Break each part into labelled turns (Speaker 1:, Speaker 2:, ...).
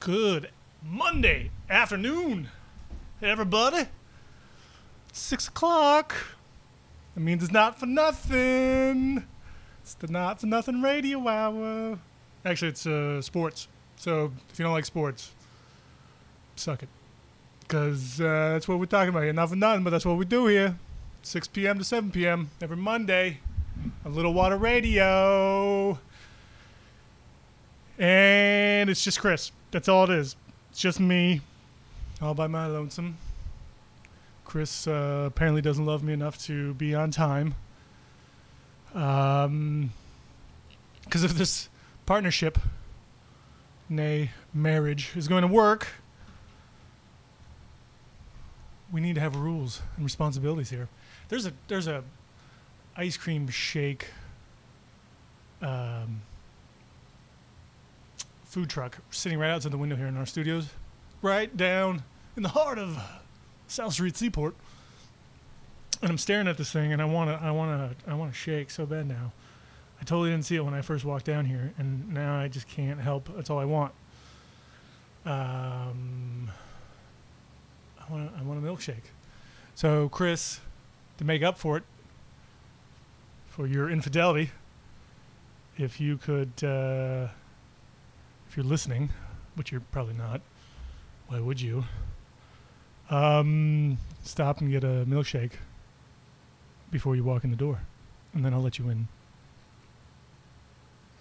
Speaker 1: Good Monday afternoon, everybody. Six o'clock. That means it's not for nothing. It's the not for nothing radio hour. Actually, it's uh, sports. So if you don't like sports, suck it. Because uh, that's what we're talking about here. Not for nothing, but that's what we do here. 6 p.m. to 7 p.m. every Monday on Little Water Radio. And it's just Chris. That's all it is. It's just me, all by my lonesome. Chris uh, apparently doesn't love me enough to be on time. Um, because if this partnership, nay, marriage, is going to work, we need to have rules and responsibilities here. There's a there's a ice cream shake um, food truck sitting right outside the window here in our studios, right down in the heart of South Street Seaport. And I'm staring at this thing, and I wanna I wanna I wanna shake so bad now. I totally didn't see it when I first walked down here, and now I just can't help. That's all I want. Um, I want a, I want a milkshake. So Chris, to make up for it, for your infidelity, if you could, uh, if you're listening, which you're probably not, why would you? Um, stop and get a milkshake before you walk in the door, and then I'll let you in.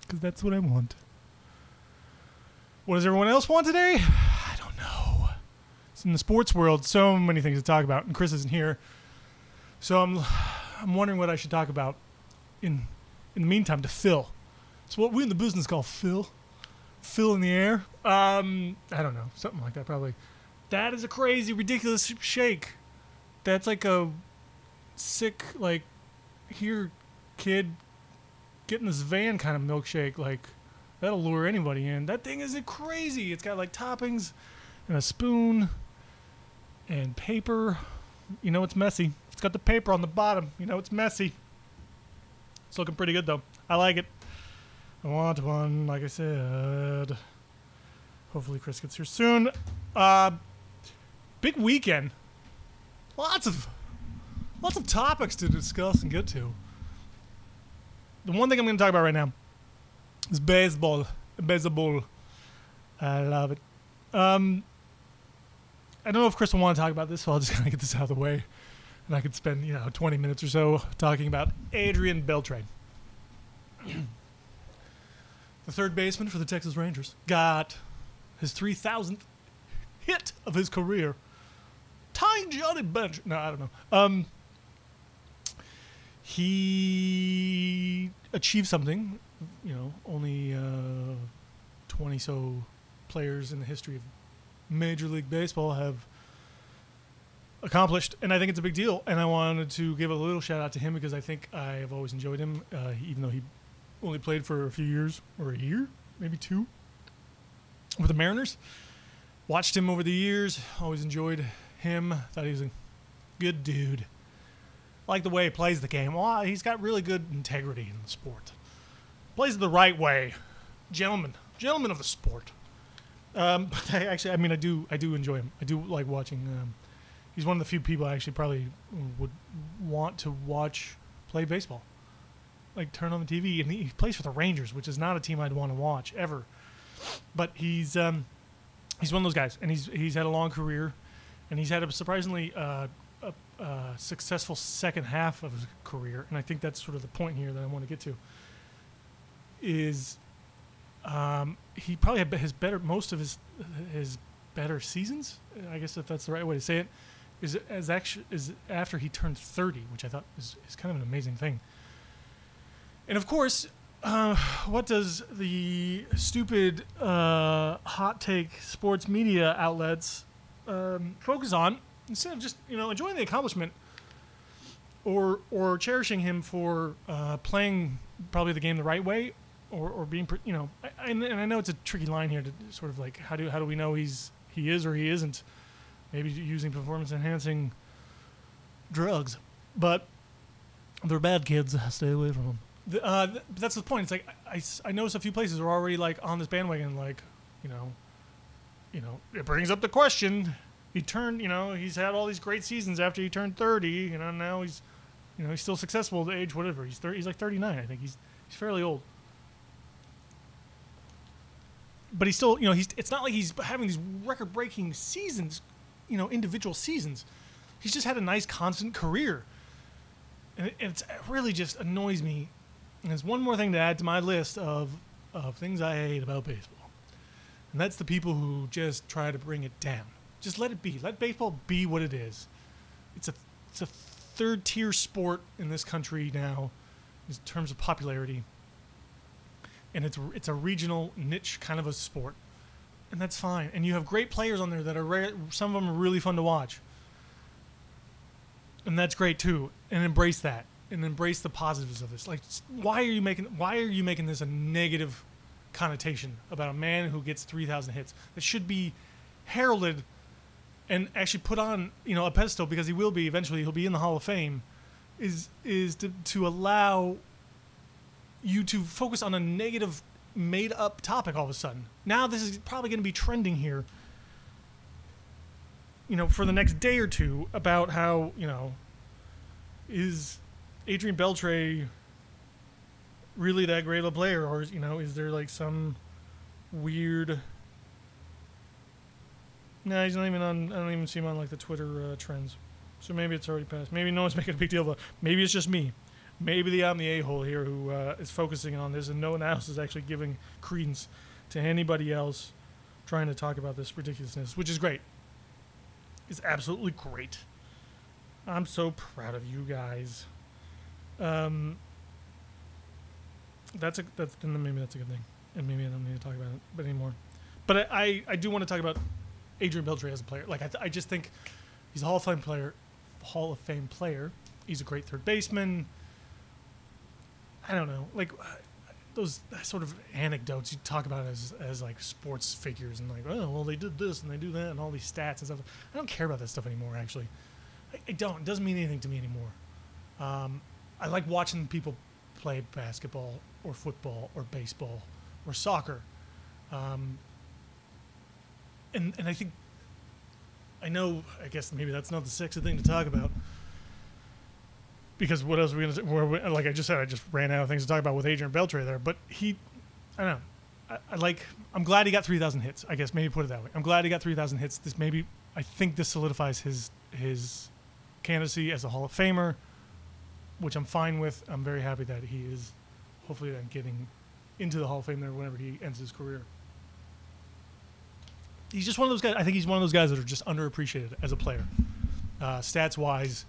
Speaker 1: Cause that's what I want. What does everyone else want today? I don't know. It's in the sports world, so many things to talk about, and Chris isn't here, so I'm I'm wondering what I should talk about in in the meantime to fill. It's what we in the business call fill, fill in the air. Um, I don't know, something like that probably. That is a crazy, ridiculous shake. That's like a sick, like here, kid, get in this van kind of milkshake. Like that'll lure anybody in. That thing is crazy. It's got like toppings and a spoon and paper. You know it's messy. It's got the paper on the bottom. You know it's messy. It's looking pretty good though. I like it. I want one, like I said. Hopefully Chris gets here soon. Uh, big weekend. Lots of lots of topics to discuss and get to. The one thing I'm going to talk about right now is baseball. Baseball. I love it. Um, I don't know if Chris will want to talk about this, so I'll just kind of get this out of the way and I could spend you know 20 minutes or so talking about Adrian Beltre, the third baseman for the Texas Rangers, got his 3,000th hit of his career, tying Johnny Bench. No, I don't know. Um, he achieved something, you know, only uh, 20 so players in the history of Major League Baseball have accomplished, and I think it's a big deal. And I wanted to give a little shout out to him because I think I have always enjoyed him, uh, even though he only played for a few years or a year, maybe two, with the Mariners. Watched him over the years, always enjoyed him. Thought he was a good dude. Like the way he plays the game. Well, he's got really good integrity in the sport. Plays it the right way, gentlemen, gentlemen of the sport. Um, but I actually, I mean, I do, I do enjoy him. I do like watching. Um, he's one of the few people I actually probably would want to watch play baseball. Like turn on the TV, and he he plays for the Rangers, which is not a team I'd want to watch ever. But he's um, he's one of those guys, and he's he's had a long career, and he's had a surprisingly uh, a, uh, successful second half of his career, and I think that's sort of the point here that I want to get to. Is um, he probably had his better most of his his better seasons, I guess if that's the right way to say it, is as actually is after he turned 30, which I thought is, is kind of an amazing thing. And of course, uh, what does the stupid uh, hot take sports media outlets um, focus on instead of just you know enjoying the accomplishment or or cherishing him for uh, playing probably the game the right way or, or being pre- you know I, I- and I know it's a tricky line here to sort of like how do how do we know he's he is or he isn't maybe using performance enhancing drugs but they're bad kids stay away from them the, uh, th- that's the point it's like I- I, s- I noticed a few places are already like on this bandwagon like you know you know, it brings up the question. He turned, you know, he's had all these great seasons after he turned 30. You know, now he's, you know, he's still successful at age whatever. He's 30, he's like 39, I think. He's he's fairly old. But he's still, you know, he's it's not like he's having these record-breaking seasons, you know, individual seasons. He's just had a nice constant career. And it, it's, it really just annoys me. And it's one more thing to add to my list of of things I hate about baseball. And that's the people who just try to bring it down. Just let it be. Let baseball be what it is. It's a it's a third tier sport in this country now in terms of popularity. And it's it's a regional niche kind of a sport. And that's fine. And you have great players on there that are rare, some of them are really fun to watch. And that's great too. And embrace that. And embrace the positives of this. Like s- why are you making why are you making this a negative connotation about a man who gets 3,000 hits. That should be heralded and actually put on, you know, a pedestal because he will be eventually. He'll be in the Hall of Fame. Is is to, to allow you to focus on a negative, made up topic all of a sudden. Now this is probably going to be trending here. You know, for the next day or two about how you know is Adrian Beltre really that great of a player, or is, you know, is there like some weird? No, he's not even on. I don't even see him on like the Twitter uh, trends. So maybe it's already passed. Maybe no one's making a big deal about. Maybe it's just me. Maybe the I'm the a-hole here who uh, is focusing on this, and no one else is actually giving credence to anybody else trying to talk about this ridiculousness, which is great. It's absolutely great. I'm so proud of you guys. Um, that's a that's then maybe that's a good thing, and maybe I don't need to talk about it but anymore. But I, I, I do want to talk about Adrian Beltre as a player. Like I, th- I just think he's a Hall of Fame player, Hall of Fame player. He's a great third baseman. I don't know, like uh, those sort of anecdotes you talk about as as like sports figures and like oh well they did this and they do that and all these stats and stuff. I don't care about that stuff anymore. Actually, I, I don't. It doesn't mean anything to me anymore. Um, I like watching people play basketball or football or baseball or soccer. Um, and, and I think, I know, I guess maybe that's not the sexy thing to talk about. Because what else are we going to, where we, like I just said, I just ran out of things to talk about with Adrian Beltre there. But he, I don't know. I, I like, I'm glad he got 3,000 hits. I guess maybe put it that way. I'm glad he got 3,000 hits. This maybe, I think this solidifies his, his candidacy as a Hall of Famer which I'm fine with. I'm very happy that he is hopefully then getting into the Hall of Fame there whenever he ends his career. He's just one of those guys. I think he's one of those guys that are just underappreciated as a player, uh, stats wise,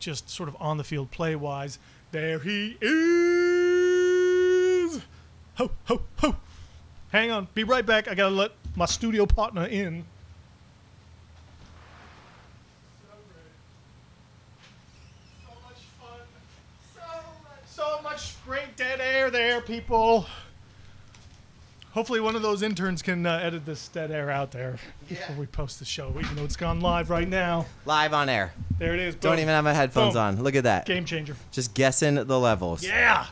Speaker 1: just sort of on the field play wise. There he is. Ho ho ho! Hang on, be right back. I gotta let my studio partner in. So much fun. So much, so much great dead air there, people. Hopefully, one of those interns can uh, edit this dead air out there before we post the show, even though it's gone live right now.
Speaker 2: Live on air.
Speaker 1: There it is.
Speaker 2: Don't
Speaker 1: boom.
Speaker 2: even have my headphones
Speaker 1: Boom.
Speaker 2: on. Look at that.
Speaker 1: Game changer.
Speaker 2: Just guessing the levels.
Speaker 1: Yeah,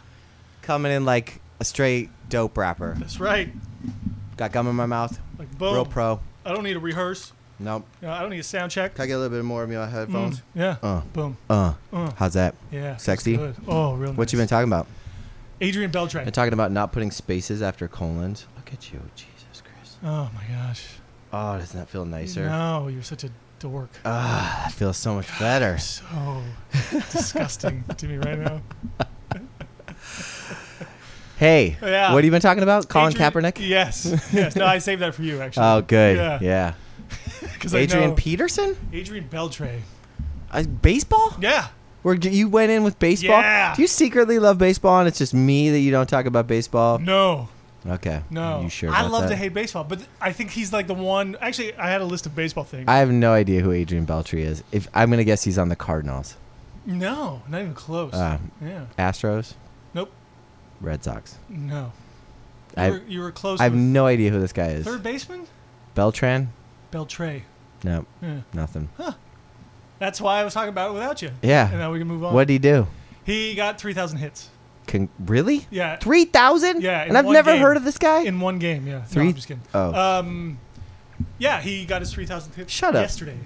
Speaker 2: Coming in like a straight dope rapper.
Speaker 1: that's right.
Speaker 2: Got gum in my mouth.
Speaker 1: Like boom.
Speaker 2: Real pro.
Speaker 1: I don't need to rehearse.
Speaker 2: Nope.
Speaker 1: You know, I don't need a sound check.
Speaker 2: Can I get a little bit more of your headphones?
Speaker 1: Yeah.
Speaker 2: Uh.
Speaker 1: Boom.
Speaker 2: Uh,
Speaker 1: Mm. Uh.
Speaker 2: How's that?
Speaker 1: Yeah. feels
Speaker 2: Sexy?
Speaker 1: good. Oh, real.
Speaker 2: What you been
Speaker 1: nice.
Speaker 2: talking about?
Speaker 1: Adrian Beltre.
Speaker 2: Been talking about not putting spaces after colons. Look at you, Jesus Christ.
Speaker 1: oh my gosh.
Speaker 2: Oh, doesn't that feel nicer?
Speaker 1: No, you're such a dork.
Speaker 2: Ah, that feels so much better.
Speaker 1: so disgusting to me right now.
Speaker 2: Hey,
Speaker 1: Yeah.
Speaker 2: what have you been talking about? Colin
Speaker 1: Adrian-
Speaker 2: Kaepernick?
Speaker 1: Yes, yes. No, I saved that for you actually.
Speaker 2: Oh, good.
Speaker 1: Yeah.
Speaker 2: Yeah.
Speaker 1: 'Cause I
Speaker 2: Adrian
Speaker 1: know-
Speaker 2: Peterson?
Speaker 1: Adrian Beltre.
Speaker 2: Uh, baseball?
Speaker 1: Yeah,
Speaker 2: Where d- you went in with baseball?
Speaker 1: Yeah.
Speaker 2: Do you secretly love baseball and it's just me that you don't talk about baseball?
Speaker 1: no,
Speaker 2: Okay.
Speaker 1: no.
Speaker 2: Oh. You sure?
Speaker 1: I
Speaker 2: about
Speaker 1: love
Speaker 2: that?
Speaker 1: to hate baseball, but th- I think he's like the one. Actually, I had a list of baseball things.
Speaker 2: I have no idea who Adrian Beltre is. If I'm gonna guess he's on the Cardinals,
Speaker 1: no, not even close.
Speaker 2: uh,
Speaker 1: yeah.
Speaker 2: Astros,
Speaker 1: Nope.
Speaker 2: Red Sox.
Speaker 1: No. You,
Speaker 2: I
Speaker 1: were, you were close.
Speaker 2: I have
Speaker 1: with
Speaker 2: no idea who this guy is.
Speaker 1: third baseman
Speaker 2: Beltran?
Speaker 1: Beltre.
Speaker 2: No,
Speaker 1: Yeah.
Speaker 2: nothing.
Speaker 1: That's why I was talking about it without you.
Speaker 2: Yeah.
Speaker 1: And uh, now we can move on.
Speaker 2: What'd he do?
Speaker 1: He got three thousand hits.
Speaker 2: Can really?
Speaker 1: Yeah.
Speaker 2: Three thousand?
Speaker 1: Yeah, in
Speaker 2: And I've
Speaker 1: one
Speaker 2: never
Speaker 1: game. uh,
Speaker 2: heard of this guy. Oh,
Speaker 1: in one game. Yeah. No,
Speaker 2: Three-
Speaker 1: I'm just kidding.
Speaker 2: oh,
Speaker 1: Um, Yeah, he got his 3,000th hit
Speaker 2: Shut up.
Speaker 1: yesterday.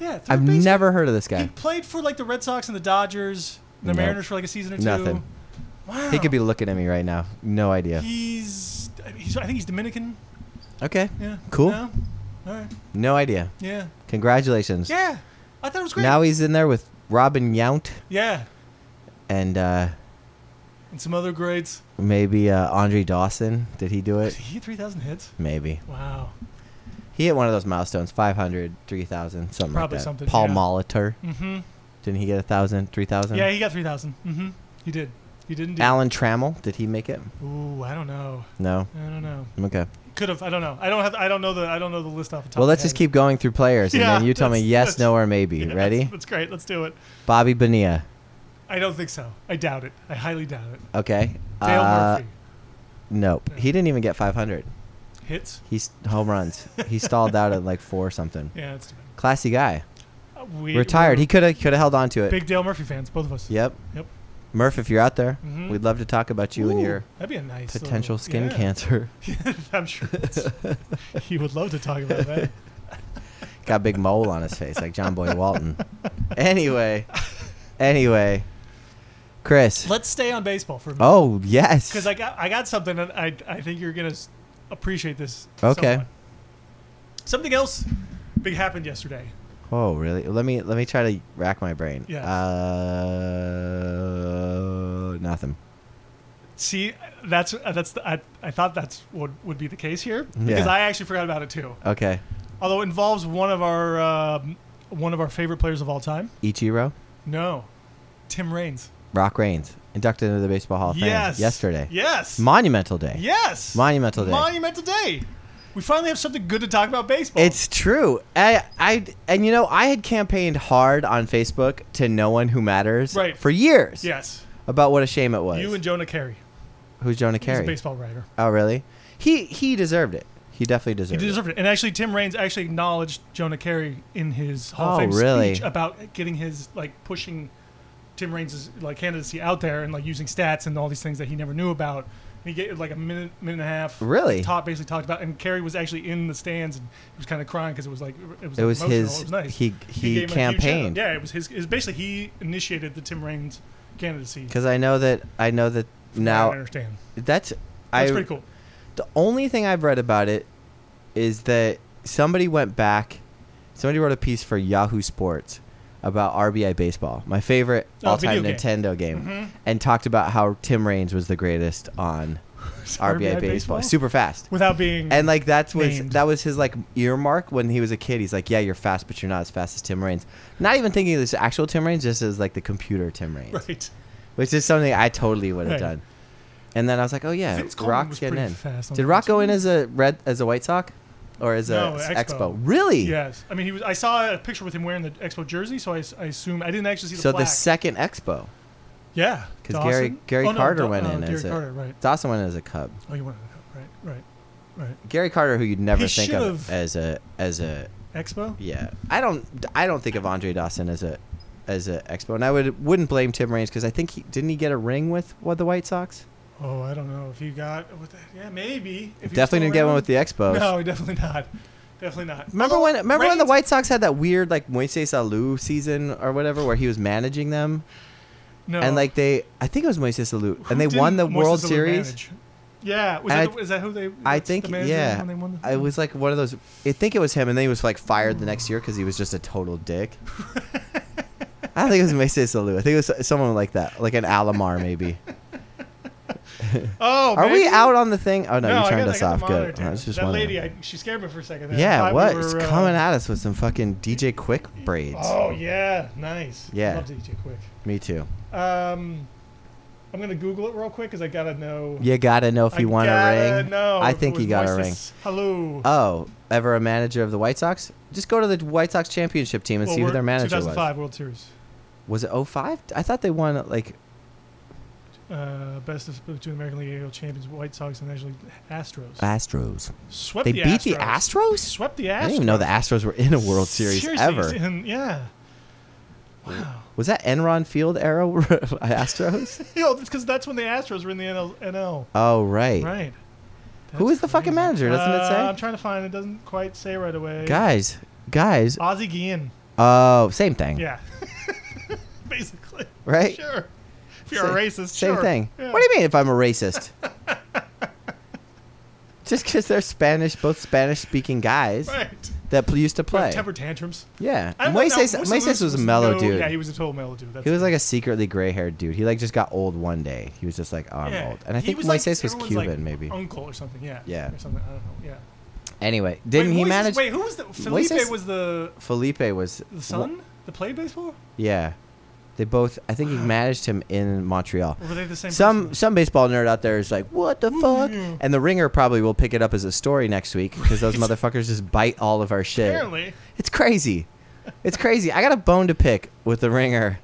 Speaker 1: Yeah, third
Speaker 2: I've
Speaker 1: baseman.
Speaker 2: never heard of this guy.
Speaker 1: He played for like the Red Sox and the Dodgers, the
Speaker 2: Nope.
Speaker 1: Mariners for like a season or two.
Speaker 2: Nothing.
Speaker 1: Wow.
Speaker 2: He could be looking at me right now. No idea.
Speaker 1: He's, he's. I think he's Dominican.
Speaker 2: Okay.
Speaker 1: Yeah.
Speaker 2: Cool.
Speaker 1: No? All right.
Speaker 2: No idea.
Speaker 1: Yeah.
Speaker 2: Congratulations.
Speaker 1: Yeah. I thought it was great.
Speaker 2: Now he's in there with Robin Yount
Speaker 1: yeah.
Speaker 2: and uh,
Speaker 1: And some other grades.
Speaker 2: maybe uh, Andre Dawson. Did he do
Speaker 1: Did
Speaker 2: it?
Speaker 1: he hit 3,000 hits?
Speaker 2: Maybe.
Speaker 1: Wow.
Speaker 2: He hit one of those milestones 500, 3,000, something like
Speaker 1: Probably
Speaker 2: that.
Speaker 1: something,
Speaker 2: Paul
Speaker 1: yeah.
Speaker 2: Molitor.
Speaker 1: Mm-hmm.
Speaker 2: Didn't he get 1,000, 3,000?
Speaker 1: Yeah, he got 3,000. Mm-hmm. He did. He didn't do
Speaker 2: Alan Trammell. Did he make it?
Speaker 1: Ooh, I don't know.
Speaker 2: No.
Speaker 1: I don't know.
Speaker 2: Okay.
Speaker 1: Could have. I don't know. I don't have. I don't know the. I don't know the list off the top.
Speaker 2: Well,
Speaker 1: of
Speaker 2: let's
Speaker 1: my
Speaker 2: just
Speaker 1: head.
Speaker 2: keep going through players, and
Speaker 1: Yeah,
Speaker 2: then you tell me
Speaker 1: that's-
Speaker 2: yes,
Speaker 1: that's-
Speaker 2: no, or maybe.
Speaker 1: Yeah,
Speaker 2: Ready?
Speaker 1: That's, that's great. Let's do it.
Speaker 2: Bobby Bonilla.
Speaker 1: I don't think so. I doubt it. I highly doubt it.
Speaker 2: Okay.
Speaker 1: Dale
Speaker 2: Uh,
Speaker 1: Murphy
Speaker 2: Nope.
Speaker 1: No.
Speaker 2: He didn't even get 500.
Speaker 1: hits.
Speaker 2: He's home runs. He stalled out at like four something.
Speaker 1: Yeah, that's too bad.
Speaker 2: Classy guy.
Speaker 1: Uh, we-
Speaker 2: Retired. He could have could have held on to
Speaker 1: we're
Speaker 2: it.
Speaker 1: big Dale Murphy fans, both of us.
Speaker 2: Yep.
Speaker 1: Yep.
Speaker 2: Murph, if you're out there,
Speaker 1: Mhm.
Speaker 2: we'd love to talk about you and
Speaker 1: Ooh,
Speaker 2: your
Speaker 1: that'd be a nice little-
Speaker 2: potential skin
Speaker 1: yeah.
Speaker 2: cancer.
Speaker 1: I'm sure it's- he would love to talk about that.
Speaker 2: Got a big mole on his face like John Boy Walton. Anyway, anyway, Chris.
Speaker 1: Let's stay on baseball for a minute.
Speaker 2: Oh yes.
Speaker 1: Because I got I got something that I I think you're gonna s- appreciate this.
Speaker 2: Okay.
Speaker 1: somewhat. Something else big happened yesterday.
Speaker 2: Oh really? Let me let me try to rack my brain.
Speaker 1: Yes.
Speaker 2: Uh, nothing.
Speaker 1: See, that's uh, that's the, I I thought that's what would be the case here because
Speaker 2: Yeah.
Speaker 1: I actually forgot about it too.
Speaker 2: Okay.
Speaker 1: Although it involves one of our um, one of our favorite players of all time.
Speaker 2: Ichiro,
Speaker 1: No, Tim Raines.
Speaker 2: Rock Reigns, inducted into the Baseball Hall of
Speaker 1: Yes.
Speaker 2: Fame yesterday.
Speaker 1: Yes.
Speaker 2: Monumental day.
Speaker 1: yes.
Speaker 2: Monumental day.
Speaker 1: Monumental day. We finally have something good to talk about baseball.
Speaker 2: It's true. I, I, and you know, I had campaigned hard on Facebook to no one who matters
Speaker 1: Right.
Speaker 2: for years
Speaker 1: yes.
Speaker 2: about what a shame it was.
Speaker 1: You and Jonah Carey.
Speaker 2: Who's Jonah
Speaker 1: He's a
Speaker 2: Carey?
Speaker 1: baseball writer.
Speaker 2: Oh, really? He he deserved it. He definitely
Speaker 1: He
Speaker 2: deserved
Speaker 1: deserved it. And actually, Tim Raines actually acknowledged Jonah Carey in his Hall
Speaker 2: Oh,
Speaker 1: of Fame
Speaker 2: really?
Speaker 1: speech about getting his like pushing Tim Raines' like candidacy out there and like using stats and all these things that he never knew about. And he get like a minute, minute and a half.
Speaker 2: Really?
Speaker 1: Top basically talked about, and Carey was actually in the stands and he was kind of crying because it was like it was,
Speaker 2: it. It was
Speaker 1: emotional.
Speaker 2: his.
Speaker 1: It was nice.
Speaker 2: He he,
Speaker 1: gave him a huge shout-out.
Speaker 2: campaigned
Speaker 1: Yeah, it was his. It was basically he initiated the Tim Raines candidacy.
Speaker 2: because I know that I know that
Speaker 1: from what I
Speaker 2: now.
Speaker 1: understand.
Speaker 2: That's
Speaker 1: That's
Speaker 2: I
Speaker 1: pretty cool.
Speaker 2: The only thing I've read about it is that somebody went back, somebody wrote a piece for Yahoo Sports about RBI baseball, my favorite
Speaker 1: Oh, video
Speaker 2: all-time
Speaker 1: game.
Speaker 2: Nintendo game,
Speaker 1: Mhm.
Speaker 2: and talked about how Tim Raines was the greatest on RBI, baseball. super fast.
Speaker 1: without being
Speaker 2: And like that's was
Speaker 1: Named.
Speaker 2: that was his like earmark when he was a kid. He's like, yeah, you're fast, but you're not as fast as Tim Raines. Not even thinking of this actual Tim Raines, just as like the computer Tim Raines,
Speaker 1: right.
Speaker 2: which is something I totally would have
Speaker 1: Right.
Speaker 2: done. And then I was like, oh yeah,
Speaker 1: Vince Coleman
Speaker 2: Rock's
Speaker 1: was
Speaker 2: getting
Speaker 1: pretty
Speaker 2: in.
Speaker 1: fast on
Speaker 2: Did
Speaker 1: the
Speaker 2: Rock
Speaker 1: Mets.
Speaker 2: go in as a red as a White Sox, or as
Speaker 1: No,
Speaker 2: a s-
Speaker 1: Expo.
Speaker 2: Expo? Really?
Speaker 1: Yes, I mean he was. I saw a picture with him wearing the Expo jersey, so I, s- I assume I didn't actually see the
Speaker 2: So
Speaker 1: plaque.
Speaker 2: the second Expo,
Speaker 1: yeah,
Speaker 2: 'cause
Speaker 1: Dawson?
Speaker 2: Gary- Gary
Speaker 1: Oh, no,
Speaker 2: Carter
Speaker 1: Daw-
Speaker 2: went
Speaker 1: oh,
Speaker 2: in
Speaker 1: Gary
Speaker 2: as a-
Speaker 1: Carter, right?
Speaker 2: Dawson went in as a Cub.
Speaker 1: Oh, you went in, right, right, right.
Speaker 2: Gary Carter, who you'd never
Speaker 1: He
Speaker 2: think of
Speaker 1: should've-
Speaker 2: as a as a
Speaker 1: Expo.
Speaker 2: yeah. I don't I don't think of Andre Dawson as a as a Expo, and I would wouldn't blame Tim Raines because I think he didn't he get a ring with what the White Sox.
Speaker 1: Oh, I don't know if he got. What the, yeah, maybe. If he was
Speaker 2: Definitely
Speaker 1: still
Speaker 2: didn't get one
Speaker 1: around.
Speaker 2: with the Expos.
Speaker 1: No, Oh, definitely not. Definitely not.
Speaker 2: Remember
Speaker 1: Although
Speaker 2: when? Remember when the
Speaker 1: Reigns-
Speaker 2: White Sox had that weird like Moises Alou season or whatever, where he was managing them,
Speaker 1: No.
Speaker 2: and like they, I think it was Moises Alou,
Speaker 1: Who
Speaker 2: and they won the
Speaker 1: didn't Moises
Speaker 2: World
Speaker 1: Alou
Speaker 2: Series.
Speaker 1: manage? Yeah, was
Speaker 2: And
Speaker 1: that,
Speaker 2: I-
Speaker 1: the, is that who they?
Speaker 2: I
Speaker 1: that's
Speaker 2: think
Speaker 1: the manager
Speaker 2: yeah,
Speaker 1: When they won the,
Speaker 2: it was like one of those. I think it was him, and then he was like fired the next year because he was just a total dick. I don't think it was Macy Alou. I think it was someone like that, like an Alomar maybe.
Speaker 1: Oh,
Speaker 2: Are we
Speaker 1: maybe?
Speaker 2: out on the thing? Oh no,
Speaker 1: I
Speaker 2: you turned
Speaker 1: got- I
Speaker 2: us
Speaker 1: got the
Speaker 2: off.
Speaker 1: monitor
Speaker 2: Good. I
Speaker 1: turned.
Speaker 2: was just
Speaker 1: that
Speaker 2: wondering.
Speaker 1: lady, I, she scared me for a second. there. I
Speaker 2: yeah,
Speaker 1: thought
Speaker 2: what?
Speaker 1: we
Speaker 2: It's
Speaker 1: were, uh,
Speaker 2: coming at us with some fucking DJ Quick braids.
Speaker 1: Oh yeah, nice.
Speaker 2: Yeah.
Speaker 1: Love DJ Quick.
Speaker 2: Me too.
Speaker 1: Um, I'm gonna Google it real quick because I gotta know.
Speaker 2: You gotta know if
Speaker 1: I
Speaker 2: you want a
Speaker 1: gotta
Speaker 2: ring.
Speaker 1: Know
Speaker 2: I
Speaker 1: if it
Speaker 2: think he
Speaker 1: was
Speaker 2: got a ring.
Speaker 1: Moises. Hello.
Speaker 2: Oh, ever a manager of the White Sox? Just go to the White Sox championship team and
Speaker 1: Well,
Speaker 2: see who
Speaker 1: we're-
Speaker 2: their manager
Speaker 1: 2005 World Series.
Speaker 2: was. Was it 05? I thought they won like
Speaker 1: Uh, best of between American League AL champions, White Sox, and National League Astros.
Speaker 2: Astros.
Speaker 1: Swept
Speaker 2: Ah, They
Speaker 1: the
Speaker 2: beat
Speaker 1: Astros.
Speaker 2: the Astros?
Speaker 1: Swept the Astros.
Speaker 2: I didn't even know the Astros were in a World Series
Speaker 1: Seriously,
Speaker 2: ever.
Speaker 1: and- yeah. Wow.
Speaker 2: Was that Enron Field era Astros?
Speaker 1: You know, because that's when the Astros were in the NL. NL.
Speaker 2: Oh right.
Speaker 1: Right.
Speaker 2: Who is the fucking manager? Doesn't it say?
Speaker 1: Uh, I'm trying to find. It doesn't quite say right away.
Speaker 2: Guys, guys.
Speaker 1: Ozzy Guillen.
Speaker 2: Oh, same thing.
Speaker 1: Yeah. Basically.
Speaker 2: Right?
Speaker 1: Sure. If you're
Speaker 2: Sa-
Speaker 1: a racist,
Speaker 2: Same
Speaker 1: sure.
Speaker 2: thing.
Speaker 1: Yeah.
Speaker 2: What do you mean if I'm a racist? Just because they're Spanish, both Spanish-speaking guys
Speaker 1: Right.
Speaker 2: that pl- used to play.
Speaker 1: Temper tantrums.
Speaker 2: Yeah,
Speaker 1: I don't know,
Speaker 2: Moises,
Speaker 1: now,
Speaker 2: Moises was a
Speaker 1: no-
Speaker 2: mellow dude.
Speaker 1: Yeah, he
Speaker 2: he, was,
Speaker 1: was a total mellow dude. That's
Speaker 2: like a secretly gray-haired dude. He like just got old one day. He was just like, oh, I'm
Speaker 1: Yeah.
Speaker 2: old. And I
Speaker 1: He
Speaker 2: think
Speaker 1: was like
Speaker 2: Moises was
Speaker 1: everyone's,
Speaker 2: Cuban,
Speaker 1: like, "Oh."
Speaker 2: maybe.
Speaker 1: Uncle or something. Yeah.
Speaker 2: Yeah.
Speaker 1: Or something. I don't know. Yeah.
Speaker 2: Anyway, didn't
Speaker 1: Wait,
Speaker 2: he
Speaker 1: Moises-
Speaker 2: manage?
Speaker 1: Wait, who was the Felipe?
Speaker 2: Moises-
Speaker 1: was the
Speaker 2: Felipe was
Speaker 1: the son that played baseball?
Speaker 2: Yeah, they both. I think he managed him in Montreal.
Speaker 1: Or were they the same?
Speaker 2: Some
Speaker 1: person?
Speaker 2: some baseball nerd out there is like, what the fuck?
Speaker 1: yeah.
Speaker 2: And the Ringer probably will pick it up as a story next week because those
Speaker 1: Right.
Speaker 2: motherfuckers just bite all of our shit.
Speaker 1: Apparently.
Speaker 2: It's crazy. It's crazy. I got a bone to pick with the Ringer,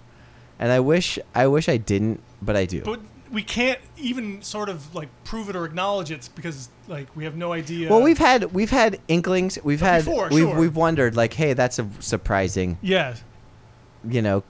Speaker 2: and I wish I wish I didn't, but I do.
Speaker 1: But we can't even sort of like prove it or acknowledge it because like we have no idea.
Speaker 2: well, we've had we've had inklings. We've
Speaker 1: But
Speaker 2: had
Speaker 1: before,
Speaker 2: we've
Speaker 1: sure.
Speaker 2: we've wondered like, hey, that's a surprising.
Speaker 1: yeah.
Speaker 2: You know.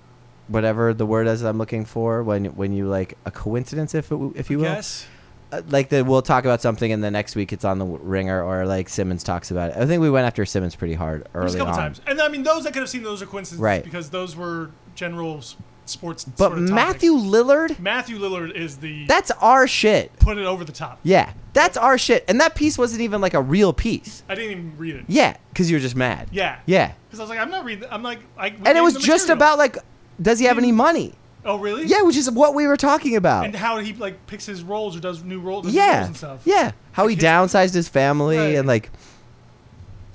Speaker 2: Whatever the word is I'm looking for when when you like a coincidence if it, w- if you will
Speaker 1: Yes.
Speaker 2: Uh, like that we'll talk about something and the next week it's on the w- ringer or like Simmons talks about it. I think we went after Simmons pretty hard early
Speaker 1: There's a couple
Speaker 2: on.
Speaker 1: times, and I mean those that could have seen those are coincidences,
Speaker 2: Right.
Speaker 1: Because those were general s- sports.
Speaker 2: But
Speaker 1: sort of
Speaker 2: Matthew
Speaker 1: topics.
Speaker 2: Lillard,
Speaker 1: Matthew Lillard is the
Speaker 2: that's our shit.
Speaker 1: put it over the top.
Speaker 2: Yeah, that's our shit. And that piece wasn't even like a real piece.
Speaker 1: I didn't even read it.
Speaker 2: Yeah, because you were just mad.
Speaker 1: Yeah.
Speaker 2: Yeah.
Speaker 1: Because I was like, I'm not reading. I'm like, I, we
Speaker 2: And it
Speaker 1: gave
Speaker 2: was
Speaker 1: the
Speaker 2: just
Speaker 1: material.
Speaker 2: about like, does he have any money?
Speaker 1: Oh really?
Speaker 2: Yeah, which is what we were talking about.
Speaker 1: And how he like picks his roles or does new roles, does new roles
Speaker 2: yeah.
Speaker 1: and stuff.
Speaker 2: Yeah. How he
Speaker 1: Like his-
Speaker 2: downsized his family
Speaker 1: Right.
Speaker 2: and like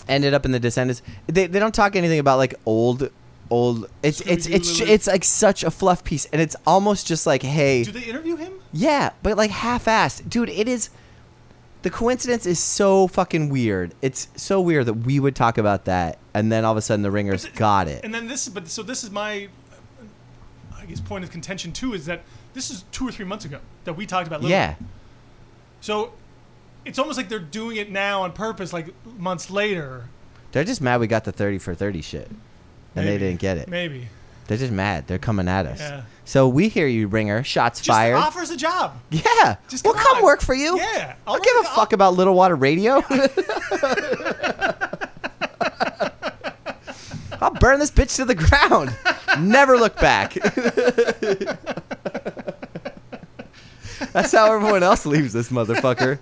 Speaker 2: ended up in the descendants. They, they don't talk anything about like old old it's it's
Speaker 1: Scooby-Doo
Speaker 2: it's
Speaker 1: Lily.
Speaker 2: it's like such a fluff piece and it's almost just like hey
Speaker 1: Do they interview him?
Speaker 2: yeah but like half-assed dude it is the coincidence is so fucking weird it's so weird that we would talk about that and then all of a sudden the ringers
Speaker 1: But the-
Speaker 2: got it
Speaker 1: And then this, but so this is my, I guess, point of contention too is that this is two or three months ago that we talked about. Lillard.
Speaker 2: yeah
Speaker 1: So it's almost like they're doing it now on purpose, like months later.
Speaker 2: they're just mad we got the 30 for 30 shit and they
Speaker 1: Maybe.
Speaker 2: didn't get it
Speaker 1: Maybe.
Speaker 2: they're just mad they're coming at us
Speaker 1: Yeah.
Speaker 2: so we hear you ringer shots
Speaker 1: Just
Speaker 2: fired
Speaker 1: offers a job.
Speaker 2: Yeah.
Speaker 1: Just
Speaker 2: we'll
Speaker 1: come
Speaker 2: come
Speaker 1: on.
Speaker 2: work for you.
Speaker 1: Yeah.
Speaker 2: I'll,
Speaker 1: work
Speaker 2: give a
Speaker 1: it- I'll-
Speaker 2: fuck about Little Water Radio. I'll burn this bitch to the ground. Never look back. That's how everyone else leaves this motherfucker.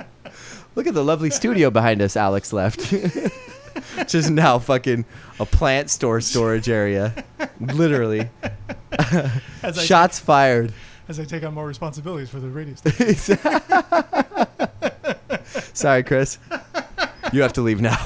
Speaker 2: look at the lovely studio behind us Alex left. Which is now fucking a plant store storage area. Literally.
Speaker 1: As I,
Speaker 2: Shots fired.
Speaker 1: as I take on more responsibilities for the radio station.
Speaker 2: Sorry, Chris. You have to leave now.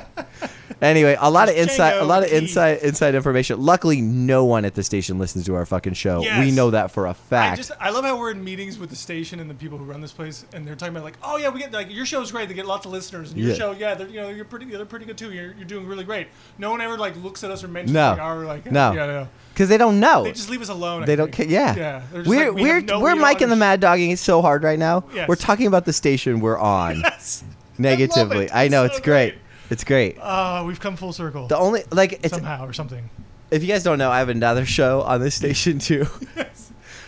Speaker 2: anyway, a lot of
Speaker 1: Just
Speaker 2: insight, a
Speaker 1: Django
Speaker 2: lot of
Speaker 1: McGee.
Speaker 2: insight, inside information. Luckily, no one at the station listens to our fucking show. We
Speaker 1: Yes.
Speaker 2: know that for a
Speaker 1: I
Speaker 2: fact.
Speaker 1: just I love how we're in meetings with the station and the people who run this place, and they're talking about like, oh yeah, we get like your show's great. They get lots of listeners. And your
Speaker 2: Yeah.
Speaker 1: show, yeah, they're you know you're pretty they're pretty good too. You're, you're doing really great. No one ever like looks at us or mentions
Speaker 2: No.
Speaker 1: like, our like
Speaker 2: No.
Speaker 1: yeah no.
Speaker 2: Because they don't know.
Speaker 1: They just leave us alone. I
Speaker 2: They don't
Speaker 1: think.
Speaker 2: care. Yeah.
Speaker 1: Yeah. they're just
Speaker 2: We're
Speaker 1: like, we
Speaker 2: we're
Speaker 1: have no- E
Speaker 2: we're
Speaker 1: we don't
Speaker 2: Mike and the
Speaker 1: under-
Speaker 2: Mad Dogging so hard right now.
Speaker 1: Yes.
Speaker 2: We're talking about the station we're on
Speaker 1: Yes. I, love
Speaker 2: negatively.
Speaker 1: it.
Speaker 2: I, know
Speaker 1: so
Speaker 2: it's great. It's great.
Speaker 1: Uh, we've come full circle
Speaker 2: The only like it's
Speaker 1: somehow or something.
Speaker 2: if you guys don't know, I have another show on this station too.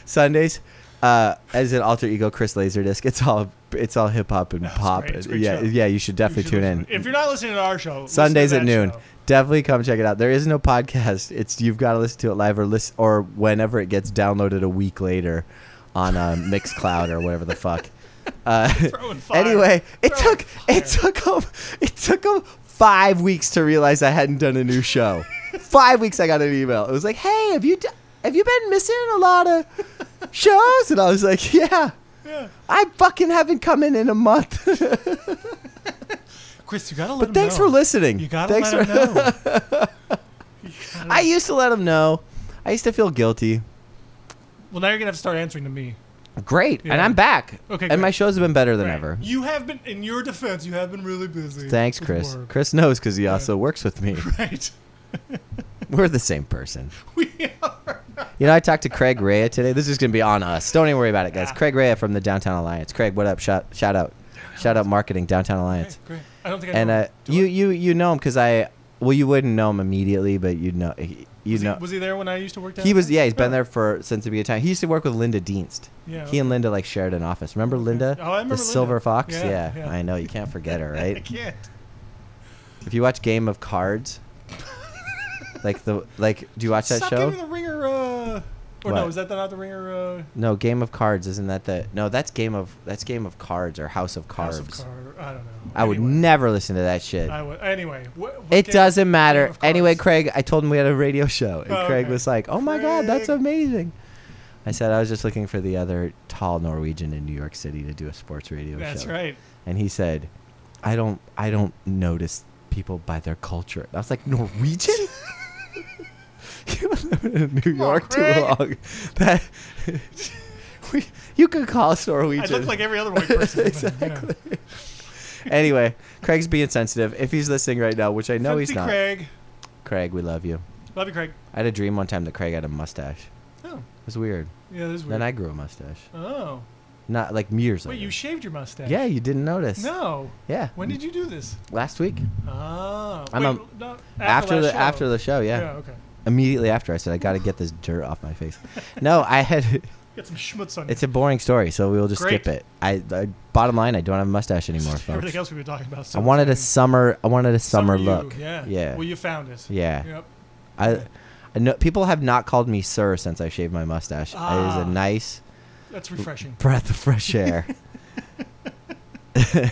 Speaker 2: Sundays, uh, as an alter ego, Chris Laserdisc. It's all it's all hip hop and
Speaker 1: That's
Speaker 2: pop.
Speaker 1: great. It's a great
Speaker 2: yeah,
Speaker 1: show.
Speaker 2: yeah, you should definitely
Speaker 1: You should
Speaker 2: tune
Speaker 1: listen
Speaker 2: in.
Speaker 1: to it. If you're not listening to our show,
Speaker 2: Sundays at
Speaker 1: listen to that
Speaker 2: noon.
Speaker 1: show.
Speaker 2: Definitely come check it out. There is no podcast. It's you've got to listen to it live or listen or whenever it gets downloaded a week later on uh, Mixcloud or whatever the fuck. Uh,
Speaker 1: Throwing fire.
Speaker 2: anyway, it
Speaker 1: Throwing
Speaker 2: took it
Speaker 1: fire.
Speaker 2: took him it took him five weeks to realize I hadn't done a new show. five weeks, I got an email. It was like, "Hey, have you d- have you been missing a lot of shows?" And I was like, "Yeah,
Speaker 1: Yeah.
Speaker 2: I fucking haven't come in in a month."
Speaker 1: Chris, you gotta let.
Speaker 2: but
Speaker 1: him
Speaker 2: thanks
Speaker 1: know.
Speaker 2: for listening.
Speaker 1: You gotta
Speaker 2: thanks
Speaker 1: let
Speaker 2: for.
Speaker 1: him know.
Speaker 2: I used to let him know. I used to feel guilty.
Speaker 1: Well, now you're gonna have to start answering to me.
Speaker 2: Great, and
Speaker 1: Yeah.
Speaker 2: I'm back.
Speaker 1: Okay,
Speaker 2: and my
Speaker 1: great.
Speaker 2: shows have been better than
Speaker 1: Right.
Speaker 2: ever.
Speaker 1: You have been, in your defense, you have been really busy.
Speaker 2: Thanks,
Speaker 1: with
Speaker 2: Chris.
Speaker 1: work.
Speaker 2: Chris knows because he also works with me.
Speaker 1: Right.
Speaker 2: We're the same person.
Speaker 1: We are.
Speaker 2: You know, I talked to Craig Rea today. This is going to be on us. Don't even worry about it, guys.
Speaker 1: Yeah.
Speaker 2: Craig Rea from the Downtown Alliance. Craig, what up? Shout, shout out, shout out, marketing Downtown Alliance.
Speaker 1: Great, great. I don't think I
Speaker 2: And
Speaker 1: know.
Speaker 2: uh,
Speaker 1: Do
Speaker 2: you,
Speaker 1: I?
Speaker 2: you, you know him because I. Well, you wouldn't know him immediately, but you'd know. you
Speaker 1: was,
Speaker 2: know,
Speaker 1: he, was he there when I used to work down
Speaker 2: he was
Speaker 1: there?
Speaker 2: yeah he's been there for since the beginning of time he used to work with linda dienst
Speaker 1: Yeah,
Speaker 2: he and linda like shared an office remember linda
Speaker 1: Oh, I remember Linda.
Speaker 2: the silver fox
Speaker 1: Yeah, yeah.
Speaker 2: i know you can't forget her
Speaker 1: I
Speaker 2: right
Speaker 1: can't.
Speaker 2: if you watch game of cards like the like do you watch that
Speaker 1: Stop
Speaker 2: show
Speaker 1: giving the ringer. Uh, or no,
Speaker 2: What?
Speaker 1: is that the, not the ringer? Uh,
Speaker 2: no game of cards isn't that the no that's game of that's game of cards or house of cards
Speaker 1: House of Cards. I don't know.
Speaker 2: i would
Speaker 1: Anyway,
Speaker 2: never listen to that shit
Speaker 1: I would. Anyway, what, what
Speaker 2: it
Speaker 1: game-
Speaker 2: doesn't
Speaker 1: Game
Speaker 2: matter
Speaker 1: of Cards.
Speaker 2: anyway craig i told him we had a radio show and
Speaker 1: Oh,
Speaker 2: craig
Speaker 1: okay.
Speaker 2: was like oh my god that's
Speaker 1: Craig.
Speaker 2: amazing i said i was just looking for the other tall norwegian in new york city to do a sports radio
Speaker 1: That's
Speaker 2: show
Speaker 1: right.
Speaker 2: and he said, "I don't, I don't notice people by their culture." And I was like, "Norwegian? you live in New
Speaker 1: on,
Speaker 2: York too
Speaker 1: Craig.
Speaker 2: long. That we, you could call us
Speaker 1: I
Speaker 2: Norwegian."
Speaker 1: look like every other white person.
Speaker 2: Exactly. anyway, Craig's being sensitive. If he's listening right now, which I know he's not, Craig.
Speaker 1: Craig.
Speaker 2: we love you.
Speaker 1: Love you, Craig.
Speaker 2: I had a dream one time that Craig had a mustache.
Speaker 1: Oh,
Speaker 2: It was weird.
Speaker 1: yeah, this is weird.
Speaker 2: Then I grew a mustache,
Speaker 1: oh,
Speaker 2: not like years
Speaker 1: wait,
Speaker 2: later.
Speaker 1: you shaved your mustache?
Speaker 2: yeah, you didn't notice.
Speaker 1: No.
Speaker 2: Yeah.
Speaker 1: When did you do this?
Speaker 2: Last week.
Speaker 1: Ah.
Speaker 2: I'm
Speaker 1: wait,
Speaker 2: a-
Speaker 1: no, after,
Speaker 2: After,
Speaker 1: last
Speaker 2: the
Speaker 1: show.
Speaker 2: after the show,
Speaker 1: Yeah.
Speaker 2: yeah.
Speaker 1: Okay.
Speaker 2: immediately after I said I got to get this dirt off my face. No, I had
Speaker 1: Get some schmutz on.
Speaker 2: it's a boring story, so we'll just
Speaker 1: Great.
Speaker 2: skip it. I, I bottom line, I don't have a mustache
Speaker 1: you.
Speaker 2: anymore,
Speaker 1: Everything
Speaker 2: folks.
Speaker 1: else we were talking about.
Speaker 2: I wanted a
Speaker 1: to
Speaker 2: summer I wanted a summer,
Speaker 1: you,
Speaker 2: look.
Speaker 1: Yeah.
Speaker 2: Yeah.
Speaker 1: Well, you found it.
Speaker 2: Yeah.
Speaker 1: Yep.
Speaker 2: I I know people have not called me sir since I shaved my mustache. It is
Speaker 1: Ah.
Speaker 2: a nice
Speaker 1: That's refreshing.
Speaker 2: breath of fresh air.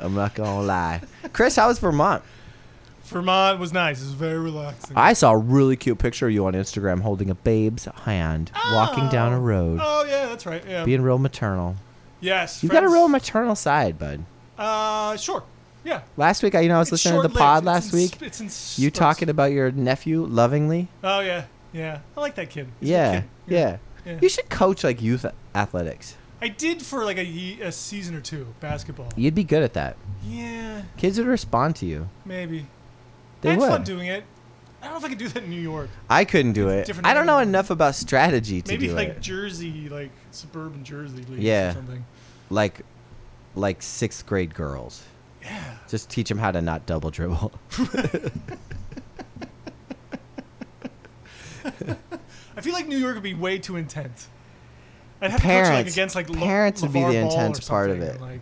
Speaker 2: I'm not gonna lie. Chris, how was Vermont?
Speaker 1: Vermont was nice. It was very relaxing.
Speaker 2: I saw a really cute picture of you on Instagram holding a babe's hand, walking down a
Speaker 1: Oh.
Speaker 2: road,
Speaker 1: Oh yeah, that's right. Yeah.
Speaker 2: being real maternal.
Speaker 1: yes.
Speaker 2: You've got a
Speaker 1: friends.
Speaker 2: real maternal side, bud.
Speaker 1: Uh, sure. Yeah.
Speaker 2: Last week, I you know I was
Speaker 1: It's
Speaker 2: listening to the
Speaker 1: short-lived.
Speaker 2: pod
Speaker 1: It's
Speaker 2: last
Speaker 1: in
Speaker 2: week.
Speaker 1: sp- it's in
Speaker 2: you
Speaker 1: spurts.
Speaker 2: talking about your nephew lovingly?
Speaker 1: Oh yeah, yeah. I like that kid. He's a good
Speaker 2: Yeah,
Speaker 1: kid.
Speaker 2: yeah,
Speaker 1: Yeah.
Speaker 2: You should coach like youth athletics.
Speaker 1: I did for like a, ye- a season or two basketball.
Speaker 2: You'd be good at that.
Speaker 1: Yeah,
Speaker 2: Kids would respond to you.
Speaker 1: maybe.
Speaker 2: They
Speaker 1: I had
Speaker 2: would.
Speaker 1: fun doing it. I don't know if I could do that in New York.
Speaker 2: I couldn't do
Speaker 1: It's
Speaker 2: it.
Speaker 1: different
Speaker 2: I don't know
Speaker 1: animal.
Speaker 2: enough about strategy to
Speaker 1: Maybe
Speaker 2: do
Speaker 1: like
Speaker 2: it.
Speaker 1: Jersey, like suburban Jersey leagues
Speaker 2: Yeah.
Speaker 1: or something.
Speaker 2: like, like sixth grade girls.
Speaker 1: Yeah.
Speaker 2: Just teach them how to not double dribble.
Speaker 1: I feel like New York would be way too intense. I'd have to coach like
Speaker 2: Parents-
Speaker 1: against like Lo-
Speaker 2: parents would be
Speaker 1: LeVar
Speaker 2: the
Speaker 1: Ball or
Speaker 2: intense part of
Speaker 1: something,
Speaker 2: it.
Speaker 1: Like,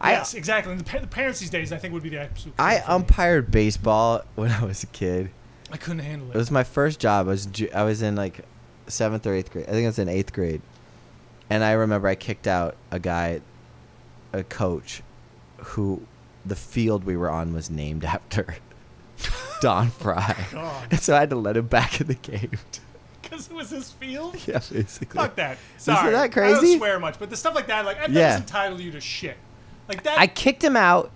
Speaker 2: I
Speaker 1: yes, exactly. And the, pa- the parents these days, I think, would be the absolute.
Speaker 2: I um,
Speaker 1: killer for me.
Speaker 2: umpired baseball when I was a kid.
Speaker 1: I couldn't handle it.
Speaker 2: It was my first job. I was ju- I was in like seventh or eighth grade. I think I was in eighth grade, and I remember I kicked out a guy, a coach, who the field we were on was named after Don Fry.
Speaker 1: God,
Speaker 2: And so I had to let him back in the game.
Speaker 1: because it was this field.
Speaker 2: yeah, basically.
Speaker 1: Fuck that. Sorry.
Speaker 2: that
Speaker 1: I
Speaker 2: crazy?
Speaker 1: don't swear much, but the stuff like that, like that
Speaker 2: Yeah.
Speaker 1: doesn't entitle you to shit. Like that.
Speaker 2: I kicked him out.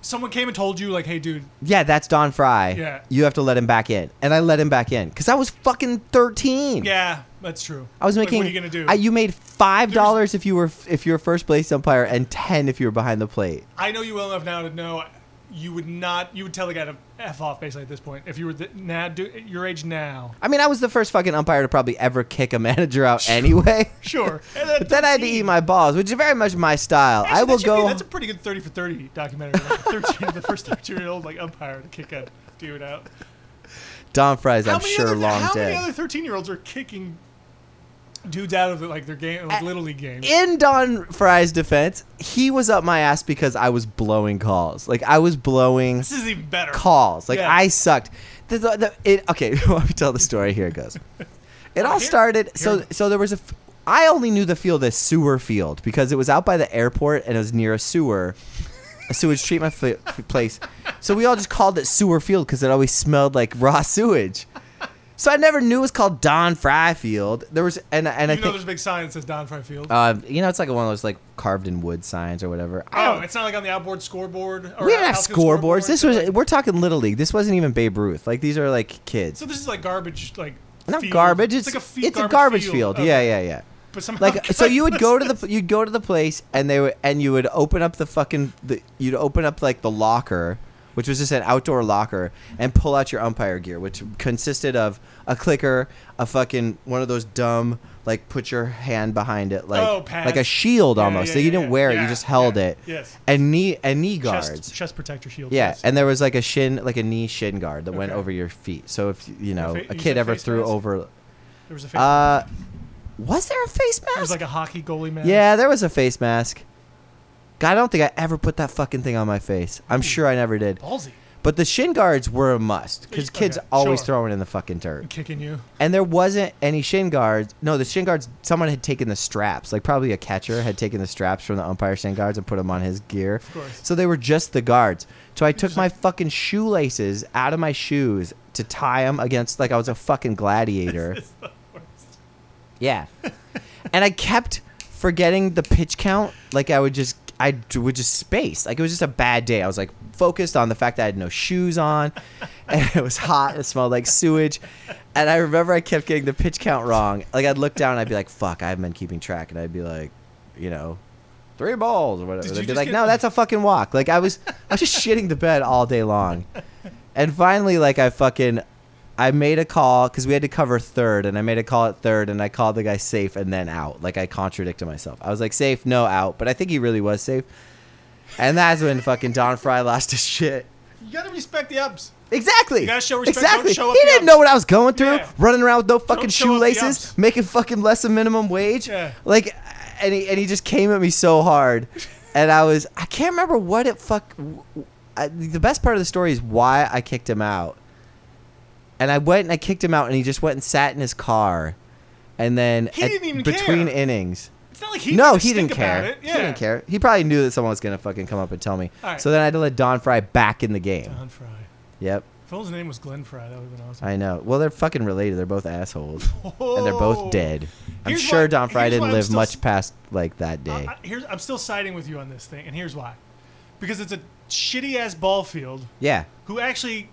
Speaker 1: someone came and told you, like, hey, dude,
Speaker 2: Yeah, that's Don Fry.
Speaker 1: Yeah.
Speaker 2: You have to let him back in. And I let him back in because I was fucking 13.
Speaker 1: yeah, that's true.
Speaker 2: I was
Speaker 1: Like,
Speaker 2: making.
Speaker 1: what are you gonna do?
Speaker 2: I, you made five
Speaker 1: There's-
Speaker 2: dollars if you were if you were first place umpire and ten if you were behind the plate.
Speaker 1: I know you well enough now to know you would not. You would tell the guy to f off basically at this point if you were the, now do, at your age now.
Speaker 2: I mean, I was the first fucking umpire to probably ever kick a manager out anyway.
Speaker 1: Sure.
Speaker 2: But then I had to eat my balls, which is very much my style. I will go.
Speaker 1: that's a pretty good thirty for thirty documentary. Like, Thirteen, the first thirteen-year-old like umpire to kick a dude out.
Speaker 2: Don Fry's,
Speaker 1: How
Speaker 2: I'm
Speaker 1: many
Speaker 2: sure,
Speaker 1: other,
Speaker 2: long
Speaker 1: how many
Speaker 2: dead.
Speaker 1: other thirteen-year-olds are kicking dudes out of like their game, like
Speaker 2: I-
Speaker 1: little league games?
Speaker 2: In Don Fry's defense, he was up my ass because I was blowing calls. Like I was blowing
Speaker 1: This is even better.
Speaker 2: calls. Like
Speaker 1: Yeah.
Speaker 2: I sucked. The, the, the, it, okay, let me tell the story. Here it goes. It all
Speaker 1: Here-
Speaker 2: started. So
Speaker 1: here-
Speaker 2: so there was a. f- I only knew the field as sewer field because it was out by the airport and it was near a sewer, a sewage treatment f- place. So we all just called it sewer field because it always smelled like raw sewage. So I never knew it was called Don Fry Field. There was and and I
Speaker 1: Even though there's
Speaker 2: think
Speaker 1: a big sign that says Don Fry Field.
Speaker 2: uh, you know it's like one of those like carved in wood signs or whatever. I
Speaker 1: oh,
Speaker 2: don't-
Speaker 1: it's not like on the outboard scoreboard. Or
Speaker 2: we didn't have
Speaker 1: outfield
Speaker 2: scoreboards. This
Speaker 1: scoreboard.
Speaker 2: was we're talking little league. This wasn't even Babe Ruth. Like these are like kids.
Speaker 1: So this is like garbage, like
Speaker 2: Not
Speaker 1: field.
Speaker 2: garbage. It's it's
Speaker 1: like a, fe- garbage,
Speaker 2: field.
Speaker 1: Okay.
Speaker 2: Yeah, yeah, yeah.
Speaker 1: But somehow,
Speaker 2: Like so, you would go to the you'd go to the place and they would and you would open up the fucking the, you'd open up like the locker which was just an outdoor locker, and pull out your umpire gear, which consisted of a clicker, a fucking one of those dumb like put your hand behind it like
Speaker 1: Oh, pads.
Speaker 2: like a shield
Speaker 1: Yeah,
Speaker 2: almost.
Speaker 1: yeah,
Speaker 2: so you
Speaker 1: yeah,
Speaker 2: didn't
Speaker 1: yeah.
Speaker 2: wear it,
Speaker 1: Yeah,
Speaker 2: you just held
Speaker 1: yeah.
Speaker 2: it.
Speaker 1: Yes.
Speaker 2: And knee and knee guards.
Speaker 1: Chest, chest protector shield.
Speaker 2: Yeah,
Speaker 1: yes.
Speaker 2: and there was like a shin, like a knee shin guard that went
Speaker 1: Okay.
Speaker 2: over your feet. So if you know
Speaker 1: fa-
Speaker 2: a
Speaker 1: you
Speaker 2: kid
Speaker 1: said
Speaker 2: ever
Speaker 1: face
Speaker 2: threw
Speaker 1: mask?
Speaker 2: over,
Speaker 1: there was a face.
Speaker 2: uh, was there a face mask?
Speaker 1: there was like a hockey goalie mask.
Speaker 2: yeah, there was a face mask. God, I don't think I ever put that fucking thing on my face. I'm
Speaker 1: Hmm.
Speaker 2: sure I never did.
Speaker 1: Ballsy.
Speaker 2: But the shin guards were a must because
Speaker 1: Okay,
Speaker 2: kids always
Speaker 1: sure.
Speaker 2: throw it in the fucking dirt.
Speaker 1: Kicking you.
Speaker 2: And there wasn't any shin guards. No, the shin guards. Someone had taken the straps. Like probably a catcher had taken the straps from the umpire shin guards and put them on his gear. Of
Speaker 1: course.
Speaker 2: So they were just the guards. So I took
Speaker 1: just
Speaker 2: my fucking shoelaces out of my shoes to tie them against like I was a fucking gladiator. Yeah. and I kept forgetting the pitch count. Like I would just I d- would just space. Like it was just a bad day. I was like focused on the fact that I had no shoes on and it was hot and it smelled like sewage. And I remember I kept getting the pitch count wrong. Like I'd look down and I'd be like, fuck, I haven't been keeping track and I'd be like, you know, three balls or whatever.
Speaker 1: Did you
Speaker 2: They'd be
Speaker 1: just
Speaker 2: like,
Speaker 1: get-
Speaker 2: No, that's a fucking walk. Like I was I was just shitting the bed all day long. And finally, like I fucking, I made a call because we had to cover third, and I made a call at third, and I called the guy safe and then out. Like I contradicted myself. I was like safe, no out, but I think he really was safe. And that's when fucking Don Fry lost his shit.
Speaker 1: You gotta respect the ups.
Speaker 2: Exactly.
Speaker 1: You gotta show respect,
Speaker 2: Exactly.
Speaker 1: don't show up
Speaker 2: he
Speaker 1: the
Speaker 2: didn't
Speaker 1: ups.
Speaker 2: know what I was going through,
Speaker 1: Yeah.
Speaker 2: running around with no fucking
Speaker 1: Don't show up the
Speaker 2: shoelaces,
Speaker 1: ups.
Speaker 2: making fucking less than minimum wage.
Speaker 1: Yeah.
Speaker 2: Like, and he and he just came at me so hard, and I was I can't remember what it fuck. I, the best part of the story is why I kicked him out. And I went and I kicked him out, and he just went and sat in his car, and then
Speaker 1: He didn't even
Speaker 2: between
Speaker 1: care.
Speaker 2: innings.
Speaker 1: It's not like he
Speaker 2: no,
Speaker 1: made us
Speaker 2: he didn't
Speaker 1: think about
Speaker 2: care.
Speaker 1: it. Yeah.
Speaker 2: He didn't care. He probably knew that someone was gonna fucking come up and tell me.
Speaker 1: All right. Uh-huh.
Speaker 2: So then I had to let Don Fry back in the game.
Speaker 1: Don Fry.
Speaker 2: Yep.
Speaker 1: If his name was Glenn Fry, that would have been awesome.
Speaker 2: I know. Well, they're fucking related. They're both assholes,
Speaker 1: Oh.
Speaker 2: and they're both dead. I'm
Speaker 1: Here's
Speaker 2: sure
Speaker 1: why-
Speaker 2: Don Fry
Speaker 1: here's why
Speaker 2: didn't
Speaker 1: I'm
Speaker 2: live
Speaker 1: still
Speaker 2: much
Speaker 1: s-
Speaker 2: past like that day.
Speaker 1: I, I- here's, I'm still siding with you on this thing, and here's why. Because it's a shitty ass ball field
Speaker 2: yeah,
Speaker 1: who actually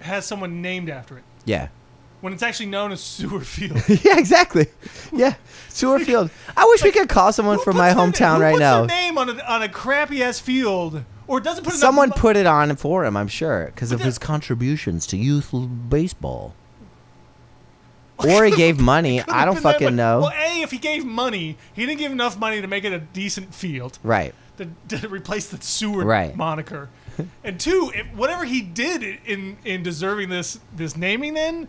Speaker 1: has someone named after it
Speaker 2: yeah,
Speaker 1: when it's actually known as Sewer Field.
Speaker 2: yeah. Exactly. Yeah, Sewer Field. I wish we could call someone
Speaker 1: Who
Speaker 2: from
Speaker 1: puts
Speaker 2: my
Speaker 1: their na-
Speaker 2: hometown
Speaker 1: who
Speaker 2: right
Speaker 1: puts
Speaker 2: now.
Speaker 1: Their name on a, on a crappy ass field, or doesn't put it on
Speaker 2: Someone
Speaker 1: the-
Speaker 2: put it on for him, I'm sure, because of
Speaker 1: the-
Speaker 2: his contributions to youth l- baseball. Or he gave money.
Speaker 1: could've
Speaker 2: I don't
Speaker 1: been that
Speaker 2: fucking
Speaker 1: much-
Speaker 2: know.
Speaker 1: Well, a if he gave money, he didn't give enough money to make it a decent field
Speaker 2: Right.
Speaker 1: to, to replace the Seward
Speaker 2: Right.
Speaker 1: moniker. and two, if, whatever he did in in deserving this this naming, then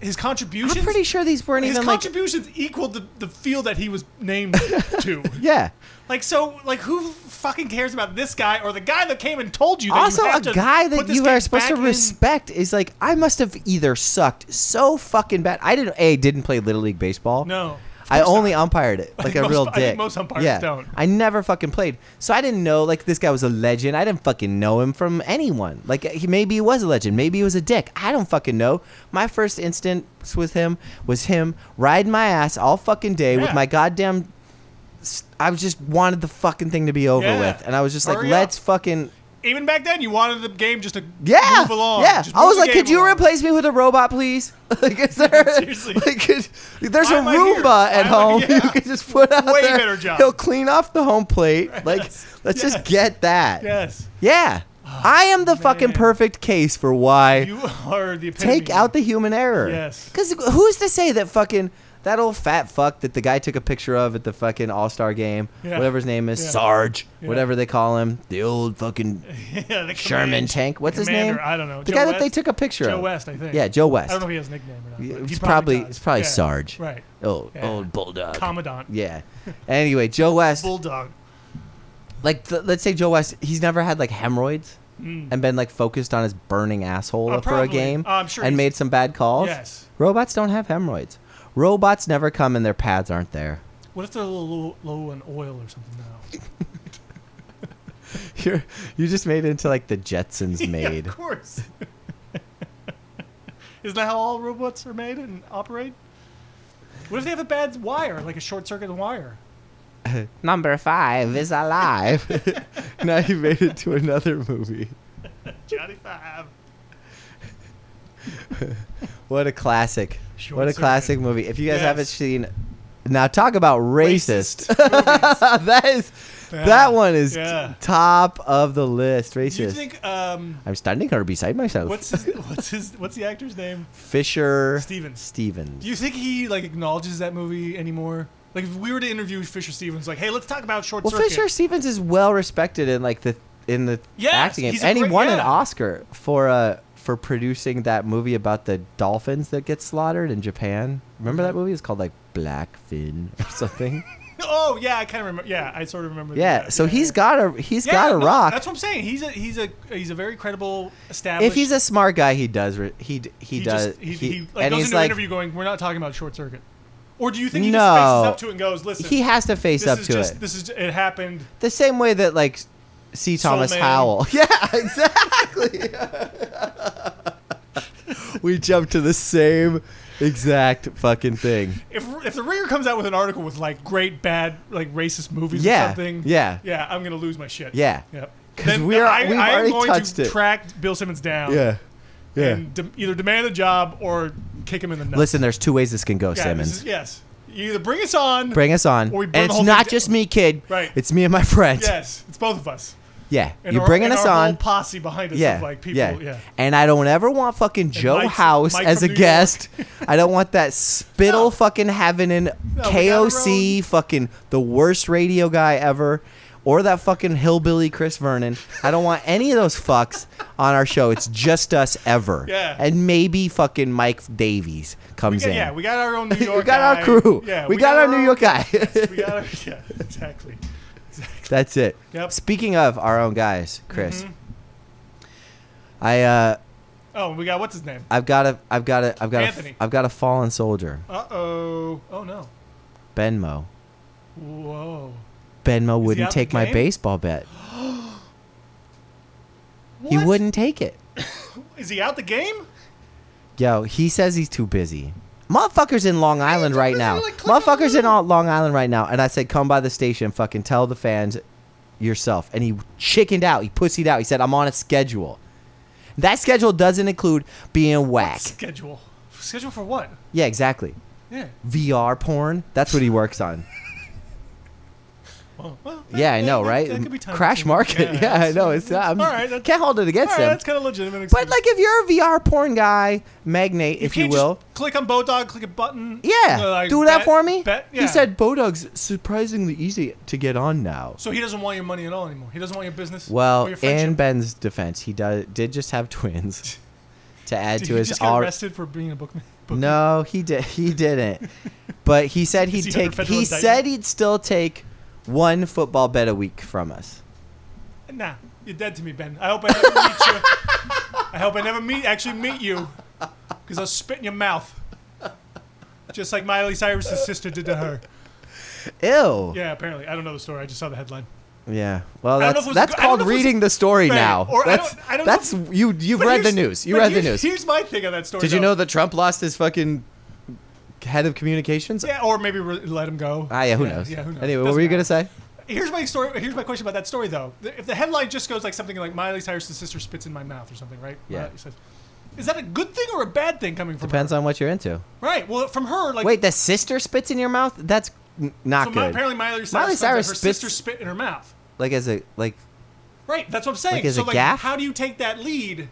Speaker 1: his contributions.
Speaker 2: I'm pretty sure these weren't
Speaker 1: his
Speaker 2: even like.
Speaker 1: contributions equaled the, the field that he was named to.
Speaker 2: Yeah.
Speaker 1: Like so, like who fucking cares about this guy or the guy that came and told you? That
Speaker 2: also
Speaker 1: you
Speaker 2: a
Speaker 1: have to
Speaker 2: guy
Speaker 1: put
Speaker 2: that
Speaker 1: this
Speaker 2: you
Speaker 1: game
Speaker 2: are supposed to
Speaker 1: back in-
Speaker 2: respect is like I must have either sucked so fucking bad. I didn't a didn't play little league baseball.
Speaker 1: No,
Speaker 2: I only umpired it like a
Speaker 1: think
Speaker 2: real
Speaker 1: most- I
Speaker 2: dick.
Speaker 1: think most umpires
Speaker 2: yeah.
Speaker 1: don't.
Speaker 2: I never fucking played, so I didn't know like this guy was a legend. I didn't fucking know him from anyone. Like he maybe he was a legend, maybe he was a dick. I don't fucking know. My first instance with him was him riding my ass all fucking day with
Speaker 1: Yeah.
Speaker 2: my goddamn. s- I was just wanted the fucking thing to be over
Speaker 1: Yeah.
Speaker 2: with, and I was just like,
Speaker 1: Hurry up.
Speaker 2: let's fucking
Speaker 1: even back then, you wanted the game just to
Speaker 2: yeah.
Speaker 1: move along.
Speaker 2: Yeah.
Speaker 1: Just
Speaker 2: I
Speaker 1: move
Speaker 2: was
Speaker 1: the
Speaker 2: like,
Speaker 1: game
Speaker 2: could you
Speaker 1: along.
Speaker 2: replace me with a robot, please? like, is there,
Speaker 1: Seriously.
Speaker 2: like, could- there's
Speaker 1: Why
Speaker 2: a
Speaker 1: am I here?
Speaker 2: Roomba at
Speaker 1: Why am I-
Speaker 2: home.
Speaker 1: yeah.
Speaker 2: You could just put out
Speaker 1: Way
Speaker 2: there.
Speaker 1: better job.
Speaker 2: He'll clean off the home plate. Like,
Speaker 1: Yes.
Speaker 2: let's just
Speaker 1: Yes.
Speaker 2: get that.
Speaker 1: Yes, Oh,
Speaker 2: Yeah. I am the fucking
Speaker 1: man.
Speaker 2: perfect case for why
Speaker 1: you are the epitome.
Speaker 2: take out the human error.
Speaker 1: Yes.
Speaker 2: Because who's to say that fucking that old fat fuck that the guy took a picture of at the fucking All Star game,
Speaker 1: Yeah.
Speaker 2: whatever his name is,
Speaker 1: Yeah.
Speaker 2: Sarge,
Speaker 1: Yeah.
Speaker 2: whatever they call him, the old fucking
Speaker 1: Yeah, the command-
Speaker 2: Sherman Tank. What's his
Speaker 1: commander,
Speaker 2: name?
Speaker 1: I don't know.
Speaker 2: The
Speaker 1: Joe
Speaker 2: guy
Speaker 1: West?
Speaker 2: that they took a picture
Speaker 1: Joe
Speaker 2: of.
Speaker 1: West, I think.
Speaker 2: Yeah, Joe West.
Speaker 1: I don't know if he has a nickname or not. but he probably,
Speaker 2: it's probably,
Speaker 1: does.
Speaker 2: it's probably
Speaker 1: Yeah.
Speaker 2: Sarge.
Speaker 1: Right.
Speaker 2: Oh,
Speaker 1: Yeah.
Speaker 2: old bulldog.
Speaker 1: Commandant.
Speaker 2: yeah. Anyway, Joe West.
Speaker 1: Bulldog.
Speaker 2: Like, th- let's say Joe West. He's never had like hemorrhoids
Speaker 1: Mm.
Speaker 2: and been like focused on his burning asshole
Speaker 1: Oh,
Speaker 2: for a
Speaker 1: probably.
Speaker 2: game
Speaker 1: Oh, I'm sure
Speaker 2: and
Speaker 1: he's-
Speaker 2: made some bad calls.
Speaker 1: Yes.
Speaker 2: Robots don't have hemorrhoids. Robots never come and their pads aren't there.
Speaker 1: What if they're a little low, low on oil or something now?
Speaker 2: You're you just made it into like the Jetsons made.
Speaker 1: yeah, of course. Isn't that how all robots are made and operate? What if they have a bad wire, like a short circuit wire?
Speaker 2: Number five is alive. now you made it to another movie.
Speaker 1: Johnny Five.
Speaker 2: What a classic.
Speaker 1: Short
Speaker 2: what a
Speaker 1: Circuit.
Speaker 2: classic movie. If you guys
Speaker 1: Yes.
Speaker 2: haven't seen Now talk about racist. that is
Speaker 1: Yeah.
Speaker 2: that one is
Speaker 1: Yeah.
Speaker 2: top of the list. Racist.
Speaker 1: Do you think um,
Speaker 2: I'm standing here beside myself.
Speaker 1: what's his what's his what's the actor's name?
Speaker 2: Fisher
Speaker 1: Stevens.
Speaker 2: Stevens.
Speaker 1: Do you think he like acknowledges that movie anymore? Like if we were to interview Fisher Stevens, like, hey, let's talk about Short
Speaker 2: well,
Speaker 1: Circuit.
Speaker 2: Fisher Stevens is well respected in like the in the
Speaker 1: Yes,
Speaker 2: acting, game.
Speaker 1: he's a
Speaker 2: and he
Speaker 1: great-
Speaker 2: won an
Speaker 1: yeah.
Speaker 2: Oscar for uh for producing that movie about the dolphins that get slaughtered in Japan. Remember
Speaker 1: Mm-hmm.
Speaker 2: that movie? It's called like Blackfin or something.
Speaker 1: Oh yeah, I kind of remember. Yeah, I sort of remember.
Speaker 2: yeah.
Speaker 1: that.
Speaker 2: So he's got a he's
Speaker 1: Yeah,
Speaker 2: got a
Speaker 1: no,
Speaker 2: rock.
Speaker 1: That's what I'm saying. He's a he's a he's a very credible established.
Speaker 2: If he's a smart guy, he does re- he d- he, does
Speaker 1: just, he,
Speaker 2: he-
Speaker 1: he, like,
Speaker 2: and
Speaker 1: goes
Speaker 2: he's
Speaker 1: into an
Speaker 2: like
Speaker 1: interview going, "We're not talking about Short Circuit," or do you think he
Speaker 2: No.
Speaker 1: just faces up to it and goes, "Listen,
Speaker 2: he has to face
Speaker 1: this
Speaker 2: up
Speaker 1: is
Speaker 2: to
Speaker 1: just
Speaker 2: it.
Speaker 1: this is it happened."
Speaker 2: The same way that like C.
Speaker 1: Soul
Speaker 2: Thomas
Speaker 1: Man.
Speaker 2: Howell. Yeah, exactly. we jump to the same exact fucking thing.
Speaker 1: If if the Ringer comes out with an article with like great bad like racist movies or
Speaker 2: Yeah,
Speaker 1: something,
Speaker 2: yeah.
Speaker 1: yeah, I'm gonna lose my shit.
Speaker 2: Yeah.
Speaker 1: Yep.
Speaker 2: 'Cause
Speaker 1: Then
Speaker 2: we are-
Speaker 1: I,
Speaker 2: we've
Speaker 1: I am
Speaker 2: already
Speaker 1: going
Speaker 2: touched
Speaker 1: to
Speaker 2: it.
Speaker 1: track Bill Simmons down.
Speaker 2: Yeah. Yeah.
Speaker 1: Oh. And de- either demand a job or kick him in the nuts.
Speaker 2: Listen, there's two ways this can go,
Speaker 1: yeah,
Speaker 2: Simmons.
Speaker 1: This is, yes. You either bring us on.
Speaker 2: Bring us on.
Speaker 1: Or we
Speaker 2: And
Speaker 1: burn the
Speaker 2: it's
Speaker 1: whole
Speaker 2: not
Speaker 1: thing
Speaker 2: just
Speaker 1: down.
Speaker 2: me, kid.
Speaker 1: Right.
Speaker 2: It's me and my friends.
Speaker 1: yes, it's both of us.
Speaker 2: Yeah.
Speaker 1: And
Speaker 2: You're
Speaker 1: our-
Speaker 2: bringing
Speaker 1: and
Speaker 2: us
Speaker 1: our whole
Speaker 2: on.
Speaker 1: posse behind us
Speaker 2: Yeah.
Speaker 1: of like people.
Speaker 2: yeah.
Speaker 1: Yeah.
Speaker 2: And I don't ever want fucking Joe
Speaker 1: Mike's-
Speaker 2: House
Speaker 1: Mike
Speaker 2: as a
Speaker 1: from New
Speaker 2: guest. I don't want that spittle fucking having in
Speaker 1: down the
Speaker 2: KOC
Speaker 1: road.
Speaker 2: fucking the worst radio guy ever. Or that fucking hillbilly Chris Vernon. I don't want any of those fucks on our show. It's just us ever.
Speaker 1: Yeah.
Speaker 2: And maybe fucking Mike Davies
Speaker 1: We
Speaker 2: comes
Speaker 1: got,
Speaker 2: in.
Speaker 1: yeah, we got our own New
Speaker 2: we
Speaker 1: York.
Speaker 2: got our
Speaker 1: guy.
Speaker 2: crew.
Speaker 1: Yeah,
Speaker 2: we, got, our New
Speaker 1: own-
Speaker 2: York guy.
Speaker 1: We got our, yeah, exactly.
Speaker 2: That's it.
Speaker 1: Yep. Mm-hmm.
Speaker 2: Speaking of our own guys, Chris, I uh,
Speaker 1: Oh, we got what's his name?
Speaker 2: I've got a, I've got a, I've got
Speaker 1: Anthony.
Speaker 2: a, I've got a fallen soldier,
Speaker 1: Uh oh. Oh no.
Speaker 2: Benmo.
Speaker 1: Whoa.
Speaker 2: Benmo
Speaker 1: he
Speaker 2: wouldn't
Speaker 1: out the
Speaker 2: take my
Speaker 1: game?
Speaker 2: baseball bet. He
Speaker 1: What?
Speaker 2: wouldn't take it.
Speaker 1: Is he out the game?
Speaker 2: Yo, he says he's too busy. Motherfuckers in Long Island
Speaker 1: too
Speaker 2: right
Speaker 1: busy,
Speaker 2: now.
Speaker 1: like, click on
Speaker 2: Motherfuckers in
Speaker 1: the-
Speaker 2: all- Long Island right now. And I said, come by the station, fucking tell the fans yourself. And he chickened out. He pussied out. He said, I'm on a schedule. That schedule doesn't include being whack.
Speaker 1: Schedule. Schedule for what?
Speaker 2: Yeah, exactly.
Speaker 1: Yeah.
Speaker 2: VR porn. That's what he works on.
Speaker 1: Well, well, that-
Speaker 2: Yeah, I
Speaker 1: that-
Speaker 2: know,
Speaker 1: that-
Speaker 2: right?
Speaker 1: that could be time
Speaker 2: Crash
Speaker 1: consuming.
Speaker 2: market. Yeah, I
Speaker 1: that's-
Speaker 2: know. It's
Speaker 1: that's-
Speaker 2: I'm,
Speaker 1: all right. That's,
Speaker 2: can't hold it
Speaker 1: all
Speaker 2: against
Speaker 1: right,
Speaker 2: him.
Speaker 1: that's kind of legitimate. excuse.
Speaker 2: But like, if you're a VR porn guy, magnate,
Speaker 1: You
Speaker 2: if you
Speaker 1: can't just
Speaker 2: will,
Speaker 1: click on Bodog, click a button.
Speaker 2: yeah,
Speaker 1: uh, like,
Speaker 2: do that
Speaker 1: bet-
Speaker 2: for me.
Speaker 1: bet- yeah.
Speaker 2: He said Bodog's surprisingly easy to get on now.
Speaker 1: So he doesn't want your money at all anymore. He doesn't want your business.
Speaker 2: Well,
Speaker 1: or your friendship.
Speaker 2: in Ben's defense, he does, did just have twins. To add
Speaker 1: Did
Speaker 2: to
Speaker 1: he
Speaker 2: his
Speaker 1: just get
Speaker 2: already.
Speaker 1: arrested for being a bookman? bookman?
Speaker 2: No, he did. He didn't. but he said he'd
Speaker 1: he under
Speaker 2: take.
Speaker 1: federal
Speaker 2: He
Speaker 1: indictment?
Speaker 2: said he'd still take one football bet a week from us.
Speaker 1: Nah, you're dead to me, Ben. I hope I never meet you. I hope I never meet actually meet you, because I'll spit in your mouth, just like Miley Cyrus's sister did to her.
Speaker 2: Ew. Yeah.
Speaker 1: Yeah, apparently. I don't know the story. I just saw the headline.
Speaker 2: Well,
Speaker 1: I don't know
Speaker 2: that's
Speaker 1: if it was
Speaker 2: that's
Speaker 1: go- I don't
Speaker 2: called
Speaker 1: know if it was
Speaker 2: reading the story
Speaker 1: right,
Speaker 2: now.
Speaker 1: or I don't-
Speaker 2: that's
Speaker 1: I don't know
Speaker 2: that's you. You've
Speaker 1: But
Speaker 2: read the
Speaker 1: here's-
Speaker 2: news. You
Speaker 1: but
Speaker 2: read the
Speaker 1: here's-
Speaker 2: news.
Speaker 1: Here's my thing on that story.
Speaker 2: Did you
Speaker 1: though.
Speaker 2: know that Trump lost his fucking head of communications?
Speaker 1: Yeah, or maybe re- let him go.
Speaker 2: Ah, yeah. Who knows?
Speaker 1: Yeah, who knows?
Speaker 2: Anyway, what
Speaker 1: Doesn't
Speaker 2: were you
Speaker 1: matter.
Speaker 2: gonna say?
Speaker 1: Here's my story. Here's my question about that story, though. The- If the headline just goes like something like Miley Cyrus's sister spits in my mouth or something, right?
Speaker 2: Yeah.
Speaker 1: Miley says- Is that a good thing or a bad thing coming from
Speaker 2: Depends
Speaker 1: her?
Speaker 2: on what you're into.
Speaker 1: right. Well, from her, like
Speaker 2: Wait, the sister spits in your mouth? That's n- not
Speaker 1: so my,
Speaker 2: good.
Speaker 1: apparently Miley Cyrus,
Speaker 2: Miley
Speaker 1: finds out
Speaker 2: Cyrus
Speaker 1: her
Speaker 2: spits-
Speaker 1: sister spit in her mouth.
Speaker 2: like as a like
Speaker 1: Right. That's what I'm saying.
Speaker 2: Like, as
Speaker 1: so
Speaker 2: a
Speaker 1: like,
Speaker 2: gaffe?
Speaker 1: how do you take that lead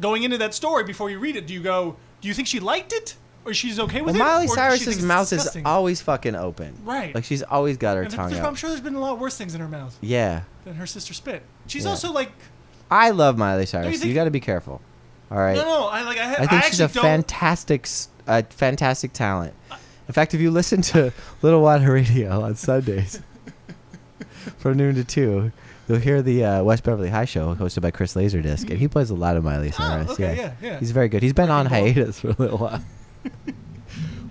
Speaker 1: going into that story before you read it? Do you go? Do you think she liked it, or she's okay with
Speaker 2: well,
Speaker 1: it?
Speaker 2: Miley
Speaker 1: or she thinks
Speaker 2: Cyrus's
Speaker 1: it's
Speaker 2: mouth is
Speaker 1: disgusting?
Speaker 2: always fucking open.
Speaker 1: Right.
Speaker 2: Like she's always got her
Speaker 1: And
Speaker 2: tongue
Speaker 1: there's- I'm
Speaker 2: out.
Speaker 1: sure there's been a lot worse things in her mouth
Speaker 2: Yeah.
Speaker 1: than her sister spit. She's
Speaker 2: Yeah.
Speaker 1: also like,
Speaker 2: I love Miley Cyrus.
Speaker 1: you
Speaker 2: You,
Speaker 1: think-
Speaker 2: got to be careful. All right.
Speaker 1: no, no, I like, I, ha-
Speaker 2: I think she's
Speaker 1: actually
Speaker 2: a
Speaker 1: don't.
Speaker 2: fantastic, s- uh, fantastic talent. In fact, if you listen to Little Water Radio on Sundays from noon to two, you'll hear the uh, West Beverly High Show hosted by Chris Laserdisc, and he plays a lot of Miley Cyrus.
Speaker 1: Oh, okay, yeah, yeah.
Speaker 2: he's very good. He's been on
Speaker 1: Ball.
Speaker 2: hiatus for a little while.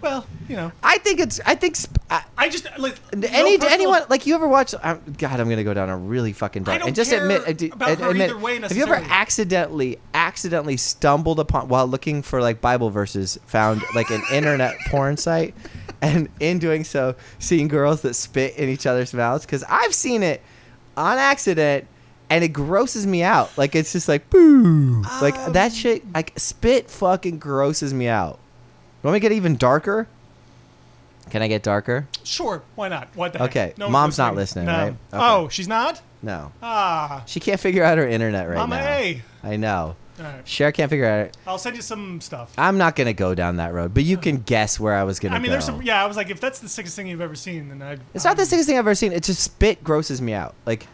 Speaker 1: well, you know,
Speaker 2: I think it's. I think. Sp- I,
Speaker 1: I just like no
Speaker 2: any
Speaker 1: personal-
Speaker 2: anyone like you ever watch? Um, God, I'm gonna go down a really fucking dark.
Speaker 1: I don't
Speaker 2: and just
Speaker 1: care
Speaker 2: admit, ad-
Speaker 1: about
Speaker 2: ad-
Speaker 1: her
Speaker 2: admit-
Speaker 1: either way
Speaker 2: have you ever
Speaker 1: necessarily.
Speaker 2: accidentally, accidentally stumbled upon while looking for like Bible verses, found like an internet porn site, and in doing so, seeing girls that spit in each other's mouths? Because I've seen it on accident. And it grosses me out. Like it's just like boo. like
Speaker 1: Um,
Speaker 2: that shit. Like spit fucking grosses me out. Want me to get even darker? Can I get darker?
Speaker 1: Sure, why not? What the heck?
Speaker 2: Okay,
Speaker 1: one's
Speaker 2: Mom's not listening, right?
Speaker 1: Oh,
Speaker 2: Okay.
Speaker 1: she's not?
Speaker 2: No.
Speaker 1: Ah,
Speaker 2: She can't figure out her internet right
Speaker 1: Mama
Speaker 2: now.
Speaker 1: A.
Speaker 2: I know.
Speaker 1: All right.
Speaker 2: Cher can't figure out.
Speaker 1: I'll send you some stuff.
Speaker 2: I'm not gonna go down that road, but you can guess where I was gonna
Speaker 1: I mean,
Speaker 2: go.
Speaker 1: there's some. Yeah, I was like, if that's the sickest thing you've ever seen, then um, I.
Speaker 2: It's not the sickest thing I've ever seen. It's just spit grosses me out. Like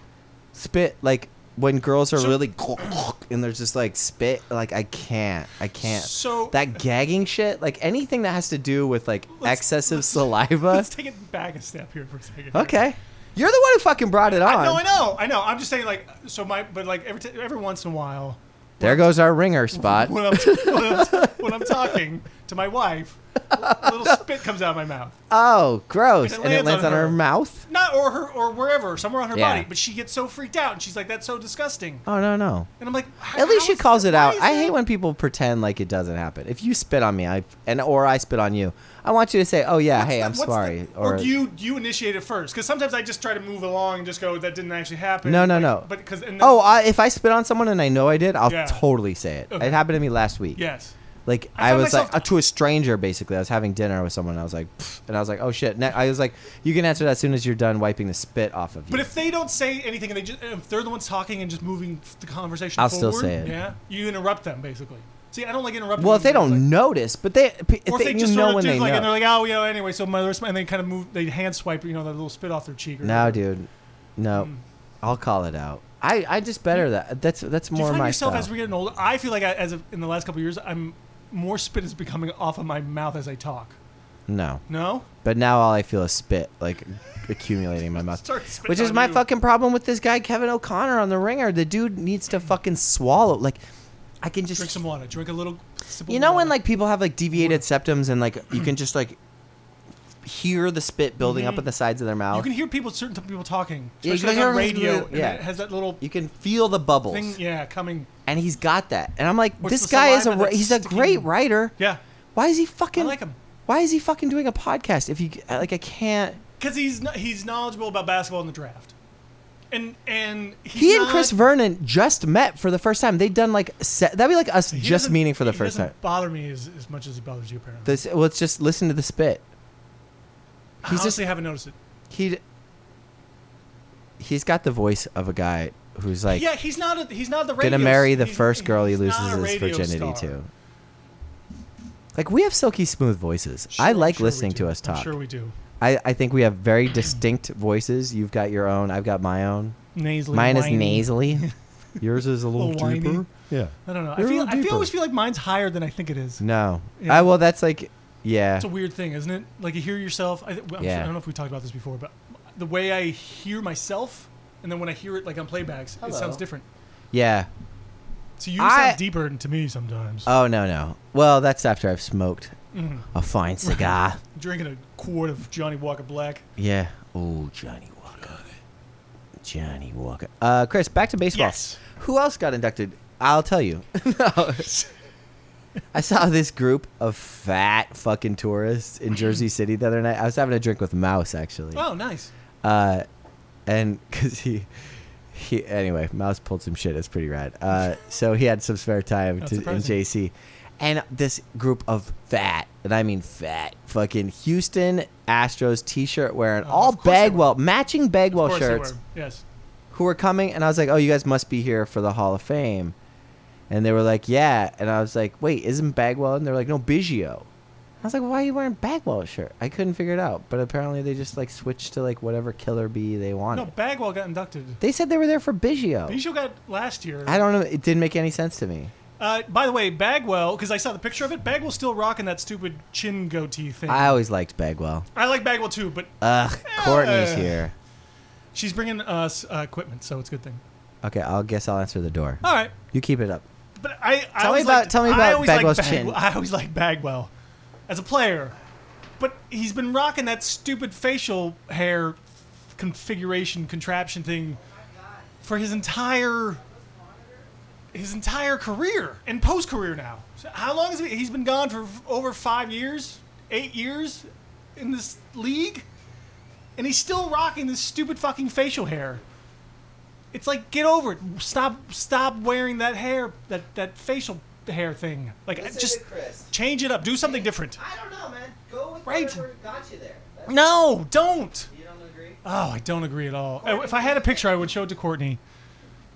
Speaker 2: spit, like when girls are
Speaker 1: So-
Speaker 2: really and there's just like spit. Like I can't, I can't.
Speaker 1: So
Speaker 2: that gagging shit, like anything that has to do with like
Speaker 1: Let's-
Speaker 2: excessive
Speaker 1: let's-
Speaker 2: saliva.
Speaker 1: Let's take it back a step here for a second.
Speaker 2: Okay, you're the one who fucking brought it on.
Speaker 1: I, no, I know, I know. I'm just saying, like, so my, but like every t- every once in a while,
Speaker 2: There goes our ringer spot.
Speaker 1: when I'm, when I'm, when I'm talking to my wife, a little spit comes out of my mouth.
Speaker 2: Oh, gross!
Speaker 1: And
Speaker 2: And
Speaker 1: it
Speaker 2: it lands,
Speaker 1: lands on
Speaker 2: on, her.
Speaker 1: her.
Speaker 2: mouth.
Speaker 1: Not or her or wherever, somewhere on her
Speaker 2: Yeah.
Speaker 1: body. But she gets so freaked out, and she's like, "That's so disgusting."
Speaker 2: Oh no no!
Speaker 1: And I'm like, "How-
Speaker 2: At least
Speaker 1: how
Speaker 2: she
Speaker 1: is
Speaker 2: calls
Speaker 1: that-
Speaker 2: it
Speaker 1: why
Speaker 2: out.
Speaker 1: is
Speaker 2: I hate
Speaker 1: that?"
Speaker 2: when people pretend like it doesn't happen. If you spit on me, I and or I spit on you, I want you to say, "Oh yeah,
Speaker 1: What's
Speaker 2: hey,
Speaker 1: the-
Speaker 2: I'm
Speaker 1: what's the-
Speaker 2: sorry."
Speaker 1: or, do you do you initiate it first? Because sometimes I just try to move along and just go, "That didn't actually happen."
Speaker 2: No, no,
Speaker 1: Like,
Speaker 2: no.
Speaker 1: But because
Speaker 2: oh, I, if I spit on someone and I know I did, I'll
Speaker 1: Yeah.
Speaker 2: totally say it.
Speaker 1: Okay.
Speaker 2: It happened to me last week.
Speaker 1: yes,
Speaker 2: Like
Speaker 1: I
Speaker 2: I,
Speaker 1: found
Speaker 2: was like
Speaker 1: myself-
Speaker 2: uh, to a stranger basically. I was having dinner with someone. And I was like, "Pfft," and I was like, oh shit. Ne- I was like, you can answer that as soon as you're done wiping the spit off of you.
Speaker 1: But if they don't say anything and they just if they're the ones talking and just moving f- the conversation
Speaker 2: I'll still
Speaker 1: forward,
Speaker 2: say it.
Speaker 1: yeah, you interrupt them basically. See, I don't like interrupting.
Speaker 2: well, if
Speaker 1: them
Speaker 2: they don't
Speaker 1: because,
Speaker 2: notice, but they, p-
Speaker 1: like,
Speaker 2: if
Speaker 1: or if
Speaker 2: they,
Speaker 1: they
Speaker 2: you
Speaker 1: just
Speaker 2: know
Speaker 1: sort of
Speaker 2: when
Speaker 1: do
Speaker 2: they
Speaker 1: like, and they're
Speaker 2: know.
Speaker 1: like, oh yeah, anyway, so my other- and they kind of move, they hand swipe, you know, that little spit off their cheek. Or
Speaker 2: No,
Speaker 1: whatever.
Speaker 2: dude, no, I'll call it out. I, I just better that. That's that's
Speaker 1: Do Hmm. you
Speaker 2: more
Speaker 1: find
Speaker 2: my
Speaker 1: yourself
Speaker 2: style.
Speaker 1: as we're getting older? I feel like I, as of, in the last couple of years, I'm more spit is becoming off of my mouth as I talk.
Speaker 2: no,
Speaker 1: No,
Speaker 2: but now all I feel is spit like accumulating in my mouth.
Speaker 1: Start spitting
Speaker 2: Which is
Speaker 1: on
Speaker 2: my
Speaker 1: you.
Speaker 2: fucking problem with this guy Kevin O'Connor on the ringer. The dude needs to fucking swallow. Like, I can just
Speaker 1: Drink some water. Drink a little. Sip of
Speaker 2: You know when
Speaker 1: water.
Speaker 2: like people have like deviated septums and like you can just like hear the spit building up at the sides of their
Speaker 1: you
Speaker 2: mouth.
Speaker 1: can hear people, certain people talking,
Speaker 2: Yeah, you
Speaker 1: especially
Speaker 2: can
Speaker 1: like on
Speaker 2: hear-
Speaker 1: radio. and
Speaker 2: yeah.
Speaker 1: it has that little
Speaker 2: You can, feel the bubbles,
Speaker 1: thing, yeah, coming.
Speaker 2: and he's got that. And I'm like,
Speaker 1: What's
Speaker 2: this
Speaker 1: the
Speaker 2: guy is a
Speaker 1: saliva
Speaker 2: ri-
Speaker 1: that's
Speaker 2: he's a
Speaker 1: sticking
Speaker 2: great
Speaker 1: in?
Speaker 2: writer.
Speaker 1: Yeah,
Speaker 2: Why is he fucking
Speaker 1: I like him.
Speaker 2: Why is he fucking doing a podcast? If you like, I can't.
Speaker 1: because he's kn- he's knowledgeable about basketball in the draft, and and he's
Speaker 2: He and
Speaker 1: not-
Speaker 2: Chris Vernon just met for the first time. They'd done like se- that'd be like us
Speaker 1: he
Speaker 2: just
Speaker 1: doesn't-
Speaker 2: meeting for the
Speaker 1: he
Speaker 2: first
Speaker 1: doesn't
Speaker 2: time.
Speaker 1: Bother me as, as much as he bothers you apparently.
Speaker 2: This, let's just listen to the spit.
Speaker 1: I
Speaker 2: he's
Speaker 1: honestly
Speaker 2: just-
Speaker 1: haven't noticed it.
Speaker 2: He he's got the voice of a guy who's like
Speaker 1: yeah, he's not a, he's not the radio.
Speaker 2: gonna marry the
Speaker 1: he's-
Speaker 2: first girl he
Speaker 1: he's
Speaker 2: loses
Speaker 1: not a
Speaker 2: his
Speaker 1: radio
Speaker 2: virginity
Speaker 1: star.
Speaker 2: to. Like we have silky smooth voices. I
Speaker 1: Sure,
Speaker 2: like
Speaker 1: sure we
Speaker 2: listening
Speaker 1: do.
Speaker 2: to us
Speaker 1: I'm
Speaker 2: talk.
Speaker 1: sure we do.
Speaker 2: I, I think we have very distinct voices. You've got your own. I've got my own.
Speaker 1: Nasally,
Speaker 2: Mine is
Speaker 1: whiny.
Speaker 2: nasally. Yours is a
Speaker 1: little Little whiny. deeper.
Speaker 2: Yeah.
Speaker 1: I don't know. I
Speaker 2: You're a
Speaker 1: feel
Speaker 2: little
Speaker 1: I feel
Speaker 2: deeper.
Speaker 1: always feel like mine's higher than I think it is.
Speaker 2: No.
Speaker 1: Yeah.
Speaker 2: I, well, that's like, yeah.
Speaker 1: It's a weird thing, isn't it? Like you hear yourself. I, th- I'm sure,
Speaker 2: Yeah.
Speaker 1: I don't know if we talked about this before, but the way I hear myself, and then when I hear it like on playbacks, it
Speaker 2: Hello.
Speaker 1: sounds different.
Speaker 2: Yeah.
Speaker 1: So you
Speaker 2: I-
Speaker 1: sound deeper to me sometimes.
Speaker 2: Oh no no. Well, that's after I've smoked
Speaker 1: Mm.
Speaker 2: a fine cigar.
Speaker 1: Drinking a quart of Johnny Walker Black.
Speaker 2: yeah. Oh, Johnny Walker. Johnny Walker. Uh, Chris, back to baseball.
Speaker 1: Yes.
Speaker 2: Who else got inducted? I'll tell you. No. I saw this group of fat fucking tourists in Jersey City the other night. I was having a drink with Mouse actually.
Speaker 1: Oh, nice.
Speaker 2: Uh, and because he, he anyway, Mouse pulled some shit. It's pretty rad. Uh, so he had some spare time
Speaker 1: That's
Speaker 2: to, in
Speaker 1: surprising.
Speaker 2: JC, and this group of fat, and I mean fat, fucking Houston Astros T-shirt wearing,
Speaker 1: Oh,
Speaker 2: all
Speaker 1: of course they
Speaker 2: Bagwell matching
Speaker 1: Of
Speaker 2: Bagwell
Speaker 1: course they
Speaker 2: shirts,
Speaker 1: were. Yes.
Speaker 2: who were coming, and I was like, oh, you guys must be here for the Hall of Fame, and they were like, yeah, and I was like, wait, isn't Bagwell? And they're like, no, Biggio. I was like, why are you wearing Bagwell shirt? I couldn't figure it out, but apparently they just like switched to like whatever killer bee they wanted.
Speaker 1: No, Bagwell got inducted.
Speaker 2: They said they were there for Biggio.
Speaker 1: Biggio got last year.
Speaker 2: Oh. I don't know. It didn't make any sense to me.
Speaker 1: Uh, by the way, Bagwell, because I saw the picture of it, Bagwell's still rocking that stupid chin goatee thing.
Speaker 2: I
Speaker 1: I,
Speaker 2: always liked Bagwell.
Speaker 1: like Bagwell too, but
Speaker 2: Ugh, Courtney's
Speaker 1: Yeah.
Speaker 2: here.
Speaker 1: she's bringing us uh, equipment, so it's a good thing.
Speaker 2: Okay, I'll guess I'll answer the door.
Speaker 1: All right.
Speaker 2: You keep it up.
Speaker 1: But I, I
Speaker 2: Tell me
Speaker 1: always
Speaker 2: about-
Speaker 1: liked-
Speaker 2: tell me
Speaker 1: I
Speaker 2: about
Speaker 1: always liked
Speaker 2: Bagwell's
Speaker 1: Bagwell-
Speaker 2: chin.
Speaker 1: I always like Bagwell as a player, but he's been rocking that stupid facial hair configuration contraption thing for his entire his entire career and post career now. So how long has he, he's been gone for f- over five years, eight years in this league, and he's still rocking this stupid fucking facial hair. It's like get over it. Stop stop wearing that hair that that facial hair thing. Like just change it up. Do something different.
Speaker 2: I don't know, man. Go with
Speaker 1: Right. whatever
Speaker 2: got you there.
Speaker 1: No, don't.
Speaker 2: You don't agree?
Speaker 1: Oh, I don't agree at all. If I had a picture, I would show it to Courtney.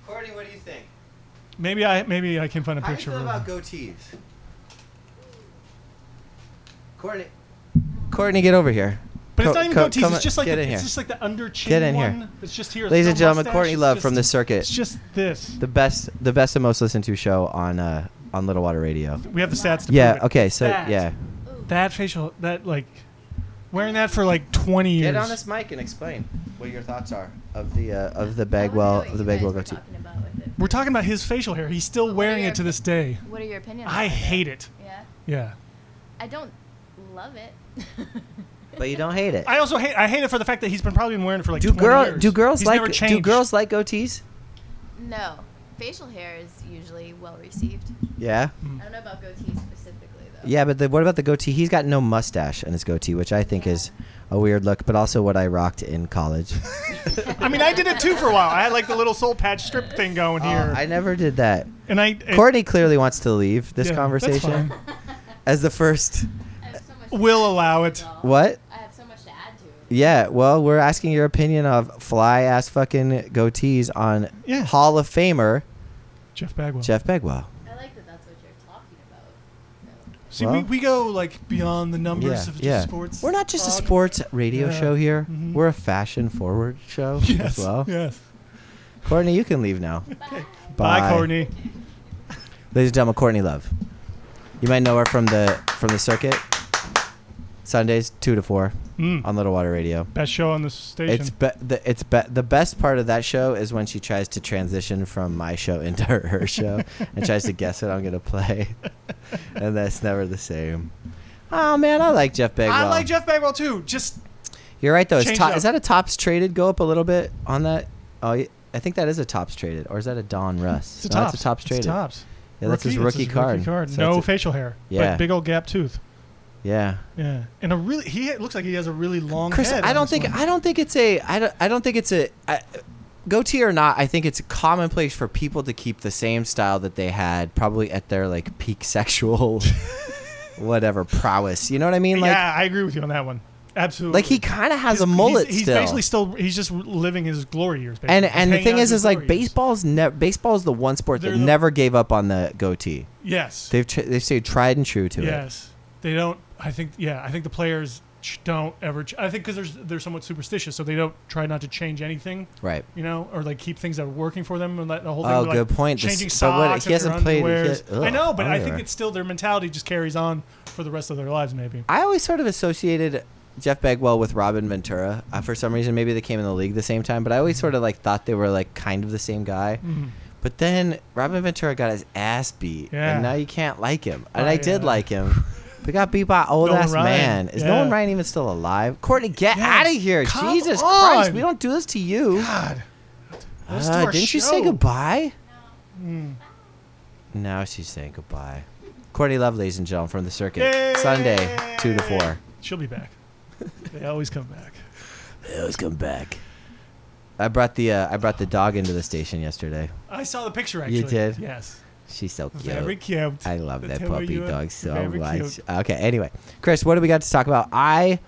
Speaker 2: Courtney, what do you think?
Speaker 1: Maybe I maybe I can find a picture of her.
Speaker 2: goatees? Courtney. Courtney, get over here.
Speaker 1: But
Speaker 2: Co-
Speaker 1: it's not even
Speaker 2: co-
Speaker 1: goatees.
Speaker 2: come
Speaker 1: It's just like
Speaker 2: get
Speaker 1: the,
Speaker 2: in
Speaker 1: it's
Speaker 2: here.
Speaker 1: just like the under chin
Speaker 2: Get in here.
Speaker 1: one. It's just here. It's
Speaker 2: Ladies
Speaker 1: no
Speaker 2: and gentlemen,
Speaker 1: mustache,
Speaker 2: Courtney
Speaker 1: it's
Speaker 2: Love
Speaker 1: just-
Speaker 2: from the circuit.
Speaker 1: It's just this.
Speaker 2: The best, the best and most listened to show on uh, on Little Water Radio.
Speaker 1: We have the stats. To
Speaker 2: Yeah.
Speaker 1: prove it.
Speaker 2: Okay. So
Speaker 1: That.
Speaker 2: yeah.
Speaker 1: That facial, that like, wearing that for like 20 years.
Speaker 2: Get on this mic and explain what your thoughts are of the uh, of the
Speaker 3: I wanna know
Speaker 2: Bagwell
Speaker 3: what
Speaker 2: of the
Speaker 3: you guys
Speaker 2: Bagwell
Speaker 3: were
Speaker 2: goatee.
Speaker 3: talking about with it.
Speaker 1: We're talking about his facial hair. He's still
Speaker 3: But what
Speaker 1: wearing
Speaker 3: are
Speaker 1: it to
Speaker 3: your-
Speaker 1: this day.
Speaker 3: What are your opinions?
Speaker 1: I
Speaker 3: about
Speaker 1: hate it.
Speaker 3: Yeah,
Speaker 1: Yeah.
Speaker 3: I don't love it.
Speaker 2: But you don't hate it.
Speaker 1: I also hate. I hate it for the fact that he's been probably been wearing it for like.
Speaker 2: do
Speaker 1: 20
Speaker 2: girl
Speaker 1: years.
Speaker 2: do girls
Speaker 1: He's never
Speaker 2: like do
Speaker 1: changed.
Speaker 2: girls like goatees?
Speaker 3: no, facial hair is usually well received.
Speaker 2: Yeah.
Speaker 3: I don't know about goatee specifically though.
Speaker 2: Yeah, but the, what about the goatee? He's got no mustache in his goatee, which I think is a weird look, but also what I rocked in college.
Speaker 1: I mean, I did it too for a while. I had like the little soul patch strip thing going here,
Speaker 2: Oh, I never did that.
Speaker 1: and I.
Speaker 2: Courtney clearly wants to leave this
Speaker 1: Yeah, that's
Speaker 2: conversation as the first.
Speaker 3: I have so much to
Speaker 1: will
Speaker 3: add,
Speaker 1: allow it.
Speaker 3: y'all.
Speaker 2: What?
Speaker 3: I have so much to add to it.
Speaker 2: Yeah, well, we're asking your opinion of fly ass fucking goatees on
Speaker 1: Yeah.
Speaker 2: Hall of Famer
Speaker 1: Jeff Bagwell.
Speaker 2: Jeff Begwell.
Speaker 3: I like that. That's what you're talking about. though.
Speaker 1: See,
Speaker 2: Well-
Speaker 1: we, we go like beyond the numbers
Speaker 2: Yeah,
Speaker 1: of just
Speaker 2: yeah.
Speaker 1: sports.
Speaker 2: We're not just a
Speaker 1: talk.
Speaker 2: sports radio
Speaker 1: Yeah.
Speaker 2: show here.
Speaker 1: Mhm.
Speaker 2: We're a fashion forward show
Speaker 1: Yes.
Speaker 2: as well.
Speaker 1: Yes.
Speaker 2: Courtney, you can leave now.
Speaker 1: Bye, Courtney.
Speaker 2: Ladies and gentlemen, Courtney Love. You might know her from the from the circuit. Sundays two to four
Speaker 1: Mm.
Speaker 2: on Little Water Radio.
Speaker 1: Best show on the station.
Speaker 2: It's be- the it's be- the best part of that show is when she tries to transition from my show into her, her show and tries to guess what I'm gonna play, and that's never the same. Oh man, I like Jeff Bagwell.
Speaker 1: I like Jeff Bagwell too. Just
Speaker 2: You're right though. It's
Speaker 1: Change
Speaker 2: top,
Speaker 1: up.
Speaker 2: is that a tops traded? Go up a little bit on that. Oh, y- I think that is a tops traded, or is that a Don Russ?
Speaker 1: it's a
Speaker 2: no,
Speaker 1: tops.
Speaker 2: it's a tops traded.
Speaker 1: tops.
Speaker 2: Yeah, that's his
Speaker 1: it's
Speaker 2: rookie card. So
Speaker 1: no
Speaker 2: it's a-
Speaker 1: facial hair.
Speaker 2: Yeah.
Speaker 1: But big old gap tooth.
Speaker 2: yeah.
Speaker 1: Yeah. And a really he it looks like he has a really long
Speaker 2: Chris,
Speaker 1: head.
Speaker 2: I
Speaker 1: on
Speaker 2: don't
Speaker 1: this
Speaker 2: think
Speaker 1: one.
Speaker 2: I don't think it's a I don't, I don't think it's a I, goatee or not. I think it's commonplace for people to keep the same style that they had probably at their like peak sexual whatever prowess. You know what I mean? Like
Speaker 1: yeah, I agree with you on that one. Absolutely.
Speaker 2: like he kind of has
Speaker 1: He's-
Speaker 2: a mullet
Speaker 1: he's, he's
Speaker 2: still.
Speaker 1: basically still he's just living his glory years. Basically.
Speaker 2: and
Speaker 1: He's
Speaker 2: and the
Speaker 1: hanging
Speaker 2: thing
Speaker 1: on
Speaker 2: is
Speaker 1: to his
Speaker 2: is like
Speaker 1: glory years.
Speaker 2: baseball's never baseball's the one sport
Speaker 1: They're
Speaker 2: that
Speaker 1: the-
Speaker 2: never gave up on the goatee.
Speaker 1: Yes.
Speaker 2: They've tr- they've stayed tried and true to it.
Speaker 1: yes. They don't. I think. Yeah. I think the players ch- don't ever. Ch- I think because they're they're somewhat superstitious, so they don't try not to change anything.
Speaker 2: Right.
Speaker 1: You know, or like keep things that are working for them, and that the whole thing.
Speaker 2: Oh,
Speaker 1: with, like,
Speaker 2: good point. This-
Speaker 1: Changing
Speaker 2: but what-
Speaker 1: socks.
Speaker 2: he
Speaker 1: and their
Speaker 2: hasn't played- he
Speaker 1: underwears.
Speaker 2: has- ugh,
Speaker 1: I know, but I
Speaker 2: underwear.
Speaker 1: think it's still their mentality just carries on for the rest of their lives, maybe.
Speaker 2: I always sort of associated Jeff Bagwell with Robin Ventura uh, for some reason. Maybe they came in the league the same time, but I always sort of like thought they were like kind of the same guy.
Speaker 1: Mm-hmm.
Speaker 2: But then Robin Ventura got his ass beat,
Speaker 1: Yeah.
Speaker 2: and now you can't like him. And
Speaker 1: Oh,
Speaker 2: I did
Speaker 1: yeah.
Speaker 2: like him. But got beat by old
Speaker 1: Nolan
Speaker 2: ass
Speaker 1: Ryan.
Speaker 2: man. Is
Speaker 1: Yeah.
Speaker 2: Nolan Ryan even still alive? Courtney, get
Speaker 1: Yeah,
Speaker 2: out of here!
Speaker 1: come
Speaker 2: Jesus Christ,
Speaker 1: on.
Speaker 2: we don't do this to you.
Speaker 1: God. Let's do
Speaker 2: Uh,
Speaker 1: our
Speaker 2: didn't you say
Speaker 1: show.
Speaker 2: goodbye?
Speaker 1: Mm.
Speaker 2: Now she's saying goodbye. Courtney Love, ladies and gentlemen, from the circuit,
Speaker 1: Yay!
Speaker 2: Sunday, two to four.
Speaker 1: She'll be back. they always come back.
Speaker 2: Let's come back. I brought the uh, I brought the dog into the station yesterday.
Speaker 1: I saw the picture actually.
Speaker 2: You did?
Speaker 1: Yes.
Speaker 2: She's so cute.
Speaker 1: Very cute.
Speaker 2: I love that
Speaker 1: Tell
Speaker 2: puppy
Speaker 1: you,
Speaker 2: dog so
Speaker 1: very
Speaker 2: much.
Speaker 1: cute.
Speaker 2: Okay, anyway, Chris, what do we got to talk about? I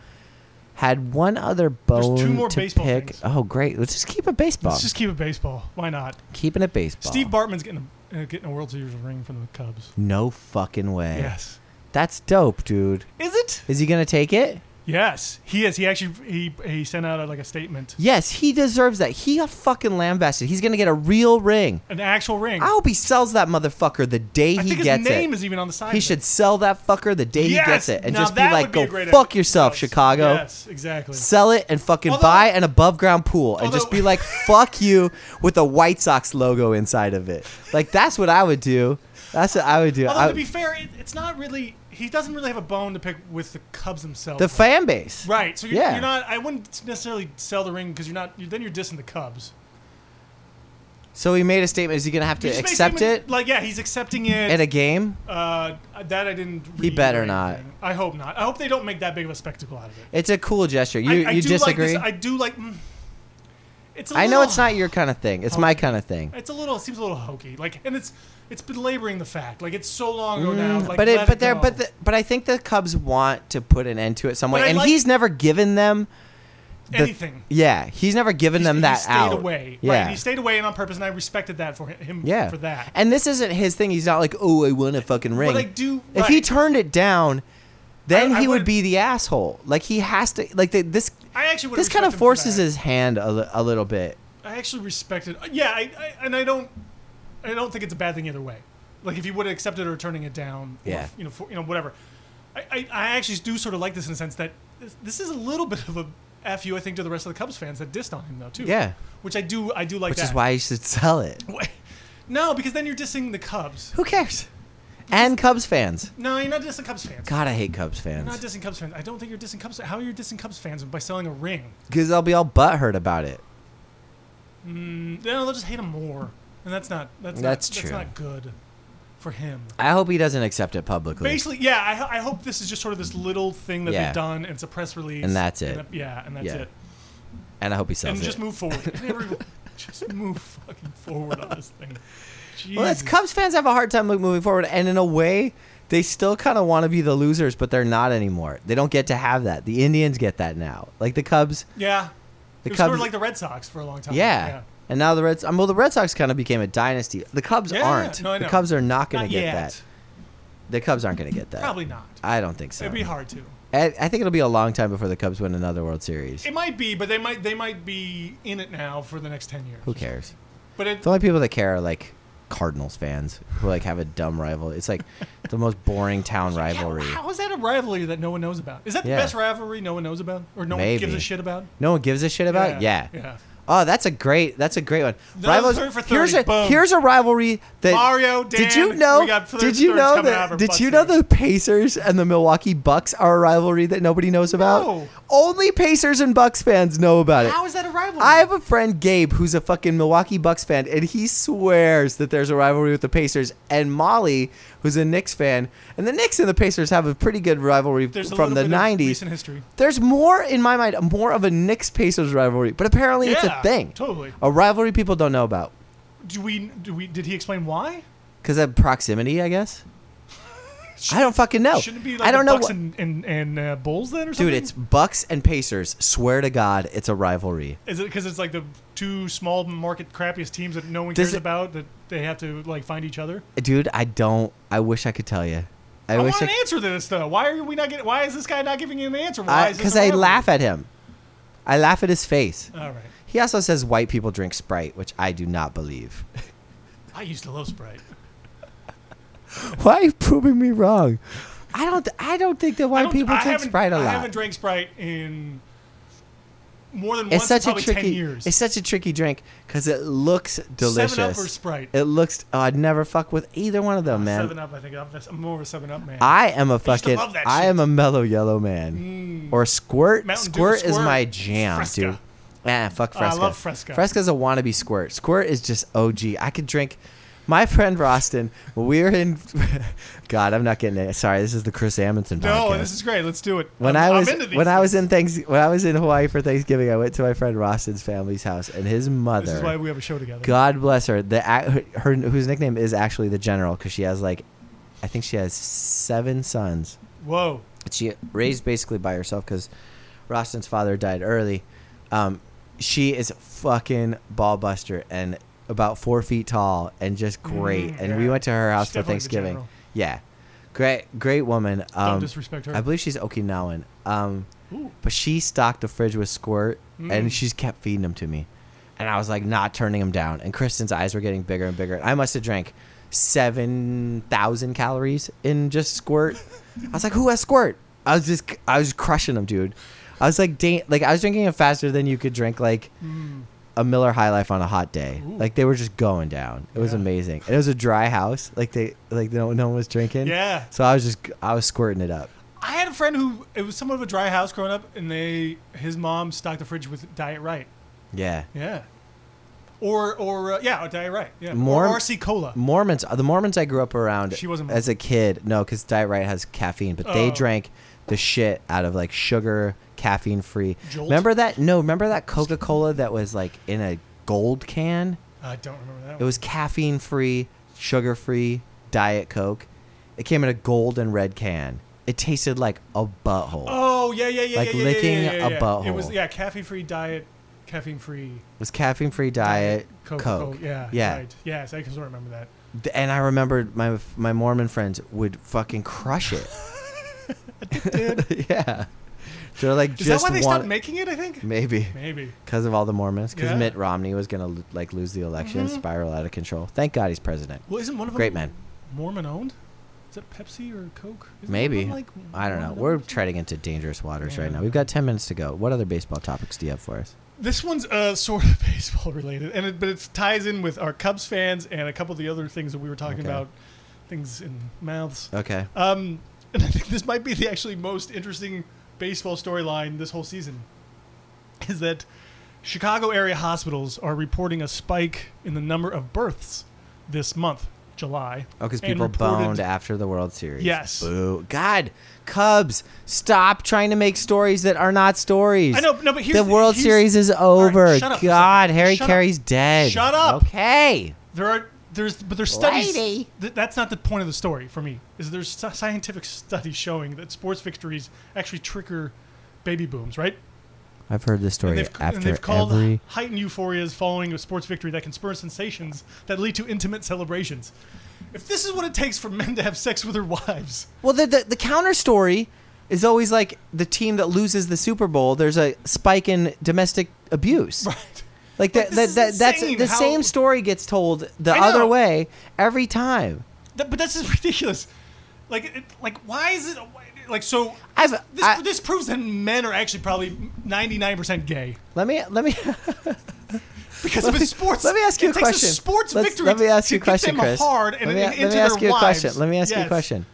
Speaker 2: had one other bone
Speaker 1: more
Speaker 2: to
Speaker 1: baseball
Speaker 2: pick.
Speaker 1: things.
Speaker 2: Oh, great. Let's just keep it baseball.
Speaker 1: Let's just keep it baseball. Why not?
Speaker 2: Keeping it baseball.
Speaker 1: Steve Bartman's getting a, uh, getting a World Series ring from the Cubs.
Speaker 2: no fucking way.
Speaker 1: Yes.
Speaker 2: That's dope, dude.
Speaker 1: Is it?
Speaker 2: Is he gonna take it?
Speaker 1: Yes, he is. He actually he he sent out uh, like a statement,
Speaker 2: Yes, he deserves that. He got fucking lambasted. He's gonna get a real ring.
Speaker 1: an actual ring.
Speaker 2: I hope he sells that motherfucker the day
Speaker 1: I
Speaker 2: he
Speaker 1: think his
Speaker 2: gets
Speaker 1: name
Speaker 2: it.
Speaker 1: is even on the side.
Speaker 2: He
Speaker 1: of it.
Speaker 2: should sell that fucker the day
Speaker 1: Yes!
Speaker 2: he gets it and
Speaker 1: Now
Speaker 2: just be
Speaker 1: that
Speaker 2: like,
Speaker 1: would be a
Speaker 2: go
Speaker 1: great
Speaker 2: fuck
Speaker 1: idea.
Speaker 2: yourself,
Speaker 1: Yes.
Speaker 2: Chicago.
Speaker 1: Yes, exactly.
Speaker 2: Sell it and fucking
Speaker 1: Although-
Speaker 2: buy an above ground pool and just
Speaker 1: Although-
Speaker 2: be like, fuck you with a White Sox logo inside of it. Like, that's what I would do. That's what I would do.
Speaker 1: Although
Speaker 2: I-
Speaker 1: to be fair, it, it's not really. He doesn't really have a bone to pick with the Cubs themselves.
Speaker 2: the fan base.
Speaker 1: right. So you're,
Speaker 2: Yeah.
Speaker 1: you're not. I wouldn't necessarily sell the ring because you're not. You're, then you're dissing the Cubs.
Speaker 2: So he made a statement. Is he going to have
Speaker 1: He
Speaker 2: to
Speaker 1: just made a
Speaker 2: accept
Speaker 1: statement,
Speaker 2: it
Speaker 1: Like yeah, he's accepting it.
Speaker 2: in a game?
Speaker 1: uh, that I didn't. Read
Speaker 2: He better
Speaker 1: or
Speaker 2: not.
Speaker 1: anything. I hope not. I hope they don't make that big of a spectacle out of it.
Speaker 2: It's a cool gesture. You,
Speaker 1: I, I
Speaker 2: you
Speaker 1: do
Speaker 2: disagree?
Speaker 1: Like Oh. this, I do like. mm, It's a
Speaker 2: I know
Speaker 1: little-
Speaker 2: it's not your kind of thing. It's my kind of thing.
Speaker 1: It's a little. It seems a little hokey. Like, and it's it's belaboring the fact. Like, it's so long ago now.
Speaker 2: Mm,
Speaker 1: Like,
Speaker 2: but
Speaker 1: let
Speaker 2: it, but they're,
Speaker 1: go.
Speaker 2: but the, but I think the Cubs want to put an end to it some way,
Speaker 1: But I
Speaker 2: and
Speaker 1: like-
Speaker 2: he's never given them the-
Speaker 1: anything.
Speaker 2: Yeah, he's never given
Speaker 1: He's-
Speaker 2: them that
Speaker 1: he stayed
Speaker 2: out.
Speaker 1: away.
Speaker 2: Yeah.
Speaker 1: Right. and He stayed away and on purpose, and I respected that for him.
Speaker 2: yeah.
Speaker 1: For that.
Speaker 2: And this isn't his thing. He's not like, oh, I won a fucking ring.
Speaker 1: But I do.
Speaker 2: if
Speaker 1: right.
Speaker 2: he turned it down, then
Speaker 1: I- I
Speaker 2: he would
Speaker 1: would've-
Speaker 2: be the asshole. Like he has to. Like the, this.
Speaker 1: I actually would.
Speaker 2: This kind of forces his hand a, li- a little bit.
Speaker 1: I actually respected. Yeah. I, I and I don't. I don't think it's a bad thing either way. Like if you would have accepted or turning it down. or,
Speaker 2: Yeah.
Speaker 1: you know. For, you know. Whatever. I, I I actually do sort of like this in the sense that this, this is a little bit of a f you I think to the rest of the Cubs fans that dissed on him though too.
Speaker 2: Yeah.
Speaker 1: Which I do. I do like.
Speaker 2: Which
Speaker 1: that.
Speaker 2: is why you should sell it.
Speaker 1: No, because then you're dissing the Cubs.
Speaker 2: Who cares? And Cubs fans.
Speaker 1: No, you're not dissing Cubs fans.
Speaker 2: God, I hate Cubs
Speaker 1: You're not
Speaker 2: fans.
Speaker 1: dissing Cubs fans. I don't think you're dissing Cubs. How are you dissing Cubs fans by selling a ring?
Speaker 2: Because they'll be all butthurt about it.
Speaker 1: Mm, No, they'll just hate him more, and that's not that's
Speaker 2: That's
Speaker 1: not,
Speaker 2: true.
Speaker 1: That's not good for him.
Speaker 2: I hope he doesn't accept it publicly.
Speaker 1: Basically, yeah. I, ho- I hope this is just sort of this little thing that
Speaker 2: Yeah.
Speaker 1: they've done, and it's a press release,
Speaker 2: And that's it.
Speaker 1: that- yeah, and that's
Speaker 2: Yeah.
Speaker 1: it.
Speaker 2: and I hope he sells
Speaker 1: and
Speaker 2: it.
Speaker 1: just move forward. Everyone- just move fucking forward on this thing. Jesus.
Speaker 2: Well, that's Cubs fans have a hard time moving forward, and in a way, they still kind of want to be the losers, but they're not anymore. They don't get to have that. The Indians get that now. Like the Cubs,
Speaker 1: yeah.
Speaker 2: The
Speaker 1: it was sort
Speaker 2: Cubs-
Speaker 1: of like the Red Sox for a long time.
Speaker 2: yeah. And now the Reds. um, Well, the Red Sox kind of became a dynasty. The Cubs
Speaker 1: Yeah,
Speaker 2: aren't.
Speaker 1: no, I
Speaker 2: the
Speaker 1: know.
Speaker 2: Cubs are not going
Speaker 1: Not
Speaker 2: to get
Speaker 1: yet.
Speaker 2: that. The Cubs aren't going to get that.
Speaker 1: Probably not.
Speaker 2: I don't think so.
Speaker 1: It'd be hard to.
Speaker 2: I, I think it'll be a long time before the Cubs win another World Series.
Speaker 1: It might be, but they might they might be in it now for the next ten years.
Speaker 2: Who cares?
Speaker 1: But it,
Speaker 2: The only people that care are like Cardinals fans who like have a dumb rival. It's like the most boring town rivalry.
Speaker 1: How, how is that a rivalry that no one knows about? Is that
Speaker 2: Yeah.
Speaker 1: the best rivalry no one knows about, or no one gives
Speaker 2: Maybe.
Speaker 1: a shit about?
Speaker 2: No one gives a shit about. Yeah.
Speaker 1: yeah.
Speaker 2: Oh, that's a great. That's a great one.
Speaker 1: That
Speaker 2: Rivals.
Speaker 1: was third for 30.
Speaker 2: Here's a
Speaker 1: Boom.
Speaker 2: here's a rivalry that
Speaker 1: Mario, Dan,
Speaker 2: did you know?
Speaker 1: we got third-
Speaker 2: did you
Speaker 1: thirds
Speaker 2: know
Speaker 1: coming out of
Speaker 2: that?
Speaker 1: our
Speaker 2: Did
Speaker 1: butts
Speaker 2: you know
Speaker 1: here.
Speaker 2: the Pacers and the Milwaukee Bucks are a rivalry that nobody knows about?
Speaker 1: No.
Speaker 2: Only Pacers and Bucks fans know about it.
Speaker 1: How is that a rivalry?
Speaker 2: I have a friend Gabe who's a fucking Milwaukee Bucks fan, and he swears that there's a rivalry with the Pacers. And Molly, who's a Knicks fan, and the Knicks and the Pacers have a pretty good rivalry
Speaker 1: There's a
Speaker 2: from
Speaker 1: little
Speaker 2: the
Speaker 1: bit of
Speaker 2: '90s.
Speaker 1: recent history.
Speaker 2: There's more in my mind, more of a Knicks Pacers rivalry, but apparently it's a
Speaker 1: Yeah,
Speaker 2: thing.
Speaker 1: totally.
Speaker 2: A rivalry people don't know about
Speaker 1: Do we? Do we? Did he explain why?
Speaker 2: because of proximity, I guess. I don't fucking know.
Speaker 1: Shouldn't it be like
Speaker 2: I don't
Speaker 1: the
Speaker 2: know
Speaker 1: Bucks
Speaker 2: what-
Speaker 1: and and, and uh, Bulls then, or something.
Speaker 2: Dude, it's Bucks and Pacers. Swear to God, it's a rivalry.
Speaker 1: is it because it's like the two small market crappiest teams that no one
Speaker 2: Does
Speaker 1: cares
Speaker 2: it-
Speaker 1: about that they have to like find each other?
Speaker 2: Dude, I don't. I wish I could tell you. I,
Speaker 1: I,
Speaker 2: wish
Speaker 1: want
Speaker 2: I.
Speaker 1: an answer to this though. Why are we not getting? Why is this guy not giving you an answer? Why? is this
Speaker 2: Because
Speaker 1: a
Speaker 2: I,
Speaker 1: rivalry?
Speaker 2: laugh at him. I laugh at his face.
Speaker 1: All right.
Speaker 2: He also says white people drink Sprite, which I do not believe.
Speaker 1: I used to love Sprite.
Speaker 2: Why are you proving me wrong? I don't. I don't think that
Speaker 1: I
Speaker 2: white
Speaker 1: don't-
Speaker 2: people
Speaker 1: I
Speaker 2: drink
Speaker 1: haven't-
Speaker 2: Sprite a lot.
Speaker 1: I haven't drank Sprite in more than
Speaker 2: It's
Speaker 1: once. in
Speaker 2: such a
Speaker 1: probably
Speaker 2: tricky.
Speaker 1: 10 years.
Speaker 2: It's such a tricky drink because it looks delicious.
Speaker 1: Seven Up or Sprite?
Speaker 2: It looks. Oh, I'd never fuck with either one of them, man.
Speaker 1: Ah, Seven Up. I think I'm, I'm more of a Seven Up man.
Speaker 2: I am a
Speaker 1: used to
Speaker 2: fucking.
Speaker 1: love that
Speaker 2: I
Speaker 1: shit. Mm.
Speaker 2: am a mellow yellow man. Or squirt.
Speaker 1: Mountain Dew,
Speaker 2: squirt is
Speaker 1: Squirt,
Speaker 2: my jam,
Speaker 1: Fresca.
Speaker 2: dude. Ah, fuck
Speaker 1: Oh, I
Speaker 2: Fresca.
Speaker 1: love Fresca.
Speaker 2: Fresca's a wannabe squirt. Squirt is just OG. I could drink. My friend Rostin, when we were in. God, I'm not getting it. Sorry, this is the Chris Amundsen podcast
Speaker 1: no, this is great. Let's do it.
Speaker 2: when
Speaker 1: I'm,
Speaker 2: i was
Speaker 1: I'm into these
Speaker 2: when I was
Speaker 1: things.
Speaker 2: in thanks when I was in Hawaii for Thanksgiving, I went to my friend Rostin's family's house, and his mother,
Speaker 1: This is why we have a show together.
Speaker 2: God bless her, the ac- her whose nickname is actually the General because she has like, I think she has seven sons.
Speaker 1: Whoa.
Speaker 2: She raised basically by herself because Rostin's father died early. Um, she is fucking ball buster and about four feet tall and just great.
Speaker 1: Mm,
Speaker 2: and
Speaker 1: yeah.
Speaker 2: we went to her house
Speaker 1: She's
Speaker 2: for
Speaker 1: definitely the
Speaker 2: Thanksgiving.
Speaker 1: General.
Speaker 2: Yeah, great, great woman.
Speaker 1: Don't
Speaker 2: Um,
Speaker 1: disrespect her.
Speaker 2: I believe she's Okinawan. Um,
Speaker 1: Ooh.
Speaker 2: but she stocked the fridge with squirt, and
Speaker 1: Mm.
Speaker 2: she's kept feeding them to me, and I was like not turning them down. And Kristen's eyes were getting bigger and bigger. I must have drank seven thousand calories in just squirt. I was like, who has squirt? I was just I was crushing them, dude. I was like, dang, like I was drinking it faster than you could drink like
Speaker 1: Mm.
Speaker 2: a Miller High Life on a hot day.
Speaker 1: Ooh.
Speaker 2: Like they were just going down. It was
Speaker 1: Yeah.
Speaker 2: amazing. And it was a dry house. Like they like no no one was drinking.
Speaker 1: Mm. Yeah.
Speaker 2: So I was just I was squirting it up.
Speaker 1: I had a friend who it was somewhat of a dry house growing up, and they his mom stocked the fridge with Diet Right.
Speaker 2: Yeah.
Speaker 1: Yeah. Or or uh, yeah, Diet Right. Yeah.
Speaker 2: More-
Speaker 1: or RC Cola.
Speaker 2: Mormons, the Mormons I grew up around
Speaker 1: She wasn't
Speaker 2: as a kid, no, because Diet Right has caffeine, but they
Speaker 1: Oh.
Speaker 2: drank, the shit out of like sugar, caffeine free.
Speaker 1: Jolt?
Speaker 2: Remember that? No, remember that Coca Cola that was like in a gold can?
Speaker 1: I don't remember that.
Speaker 2: It
Speaker 1: one.
Speaker 2: was caffeine free, sugar free, Diet Coke. It came in a gold and red can. It tasted like a butthole.
Speaker 1: Oh yeah, yeah, yeah,
Speaker 2: Like
Speaker 1: yeah, yeah, yeah,
Speaker 2: licking
Speaker 1: yeah, yeah,
Speaker 2: a
Speaker 1: yeah. It was
Speaker 2: butthole.
Speaker 1: yeah, caffeine-free diet, caffeine-free
Speaker 2: It was caffeine free diet, Coke.
Speaker 1: Coke. Yeah,
Speaker 2: Yeah.
Speaker 1: right. Yes, I can sort of remember that.
Speaker 2: Th- And I remembered my my Mormon friends would fucking crush it. yeah. They're like
Speaker 1: Is
Speaker 2: just
Speaker 1: that why they stopped
Speaker 2: want
Speaker 1: making it? I think
Speaker 2: maybe
Speaker 1: maybe.
Speaker 2: because of all the Mormons because
Speaker 1: Yeah.
Speaker 2: Mitt Romney was gonna lo- like lose the election and
Speaker 1: Mhm.
Speaker 2: spiral out of control. Thank God he's president.
Speaker 1: Well, isn't one of them
Speaker 2: Great man.
Speaker 1: Mormon-owned? Is that Pepsi or Coke? Isn't
Speaker 2: Maybe.
Speaker 1: one of them,
Speaker 2: I don't know.
Speaker 1: Mormon-owned?
Speaker 2: We're treading into dangerous waters right
Speaker 1: Yeah.
Speaker 2: now. We've got ten minutes to go. What other baseball topics do you have for us?
Speaker 1: This one's uh, sort of baseball related, and it, but it ties in with our Cubs fans and a couple of the other things that we were talking
Speaker 2: Okay.
Speaker 1: about, things in mouths.
Speaker 2: Okay.
Speaker 1: Um, and I think this might be the actually most interesting baseball storyline this whole season, is that Chicago area hospitals are reporting a spike in the number of births this month, July.
Speaker 2: Oh, because
Speaker 1: and
Speaker 2: people
Speaker 1: reported-
Speaker 2: boned after the World Series.
Speaker 1: Yes.
Speaker 2: Boo. God, Cubs, stop trying to make stories that are not stories.
Speaker 1: I know, no, but here's
Speaker 2: the World
Speaker 1: here's-
Speaker 2: Series is over.
Speaker 1: shut up for a
Speaker 2: God,
Speaker 1: second.
Speaker 2: Harry
Speaker 1: Shut up.
Speaker 2: Carey's dead.
Speaker 1: Shut up.
Speaker 2: Okay.
Speaker 1: There are there's but there's studies.
Speaker 2: Lady.
Speaker 1: Th- that's not the point of the story for me. Is there's sci- scientific studies showing that sports victories actually trigger baby booms, right?
Speaker 2: I've heard this
Speaker 1: And
Speaker 2: story
Speaker 1: they've, and
Speaker 2: after
Speaker 1: they've called
Speaker 2: every.
Speaker 1: heightened euphorias following a sports victory that can spur sensations that lead to intimate celebrations. If this is what it takes for men to have sex with their wives,
Speaker 2: Well, the, the the counter story is always like the team that loses the Super Bowl. There's a spike in domestic abuse.
Speaker 1: right?
Speaker 2: Like
Speaker 1: Like,
Speaker 2: that,
Speaker 1: this
Speaker 2: that, that
Speaker 1: is
Speaker 2: that's
Speaker 1: insane
Speaker 2: the
Speaker 1: how-
Speaker 2: same story gets told the
Speaker 1: I know.
Speaker 2: other way every time.
Speaker 1: That, but that's just ridiculous. Like, it, like why is it? why- Like so,
Speaker 2: I've-
Speaker 1: this,
Speaker 2: I-
Speaker 1: this proves that men are actually probably ninety nine percent gay.
Speaker 2: Let me let me
Speaker 1: Because
Speaker 2: Let
Speaker 1: if
Speaker 2: me-
Speaker 1: it's sports,
Speaker 2: Let me ask you
Speaker 1: it
Speaker 2: a
Speaker 1: takes
Speaker 2: question.
Speaker 1: sports
Speaker 2: Let's-
Speaker 1: victory.
Speaker 2: Let me ask you a
Speaker 1: to
Speaker 2: question,
Speaker 1: get them
Speaker 2: Chris.
Speaker 1: Hard and
Speaker 2: let me,
Speaker 1: in-
Speaker 2: let
Speaker 1: into
Speaker 2: me ask
Speaker 1: their
Speaker 2: you a
Speaker 1: wives.
Speaker 2: question. Let me ask you a
Speaker 1: Yes.
Speaker 2: question.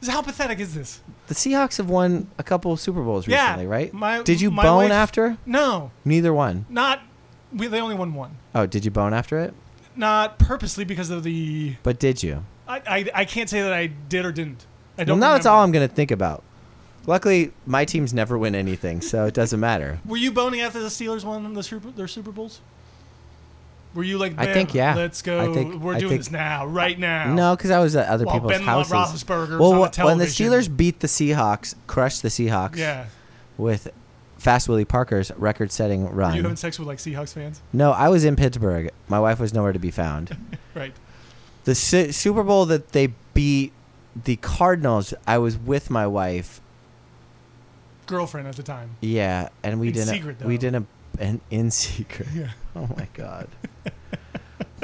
Speaker 1: This- How pathetic is this?
Speaker 2: The Seahawks have won a couple of Super Bowls recently,
Speaker 1: yeah,
Speaker 2: right?
Speaker 1: My,
Speaker 2: did you
Speaker 1: my
Speaker 2: bone
Speaker 1: wife-
Speaker 2: after?
Speaker 1: No,
Speaker 2: Neither one.
Speaker 1: not. We, they only won one.
Speaker 2: Oh, did you bone after it?
Speaker 1: Not purposely because of the.
Speaker 2: But did you?
Speaker 1: I, I, I can't say that I did or didn't. I
Speaker 2: Well,
Speaker 1: don't.
Speaker 2: now it's
Speaker 1: remember.
Speaker 2: all I'm going to think about. Luckily, my teams never win anything, so it doesn't matter.
Speaker 1: Were you boning after the Steelers won the Super, their Super Bowls? Were you like?
Speaker 2: I
Speaker 1: "Man,
Speaker 2: think, yeah.
Speaker 1: Let's go.
Speaker 2: I think-
Speaker 1: we're
Speaker 2: I
Speaker 1: doing
Speaker 2: think-
Speaker 1: this now, right now.
Speaker 2: No, because I was at other
Speaker 1: While
Speaker 2: people's
Speaker 1: Ben
Speaker 2: houses.
Speaker 1: Roethlisberger was
Speaker 2: well,
Speaker 1: on
Speaker 2: wh-
Speaker 1: the
Speaker 2: when the
Speaker 1: television.
Speaker 2: Steelers beat the Seahawks, crushed the Seahawks
Speaker 1: Yeah.
Speaker 2: with Fast Willie Parker's record-setting
Speaker 1: Were you
Speaker 2: run.
Speaker 1: having sex with like Seahawks fans?
Speaker 2: No, I was in Pittsburgh. My wife was nowhere to be found.
Speaker 1: Right.
Speaker 2: The Su- Super Bowl that they beat the Cardinals, I was with my wife.
Speaker 1: Girlfriend at the time.
Speaker 2: Yeah, and we
Speaker 1: In
Speaker 2: didn't.
Speaker 1: secret,
Speaker 2: We
Speaker 1: though.
Speaker 2: didn't. And in secret.
Speaker 1: Yeah.
Speaker 2: Oh my god.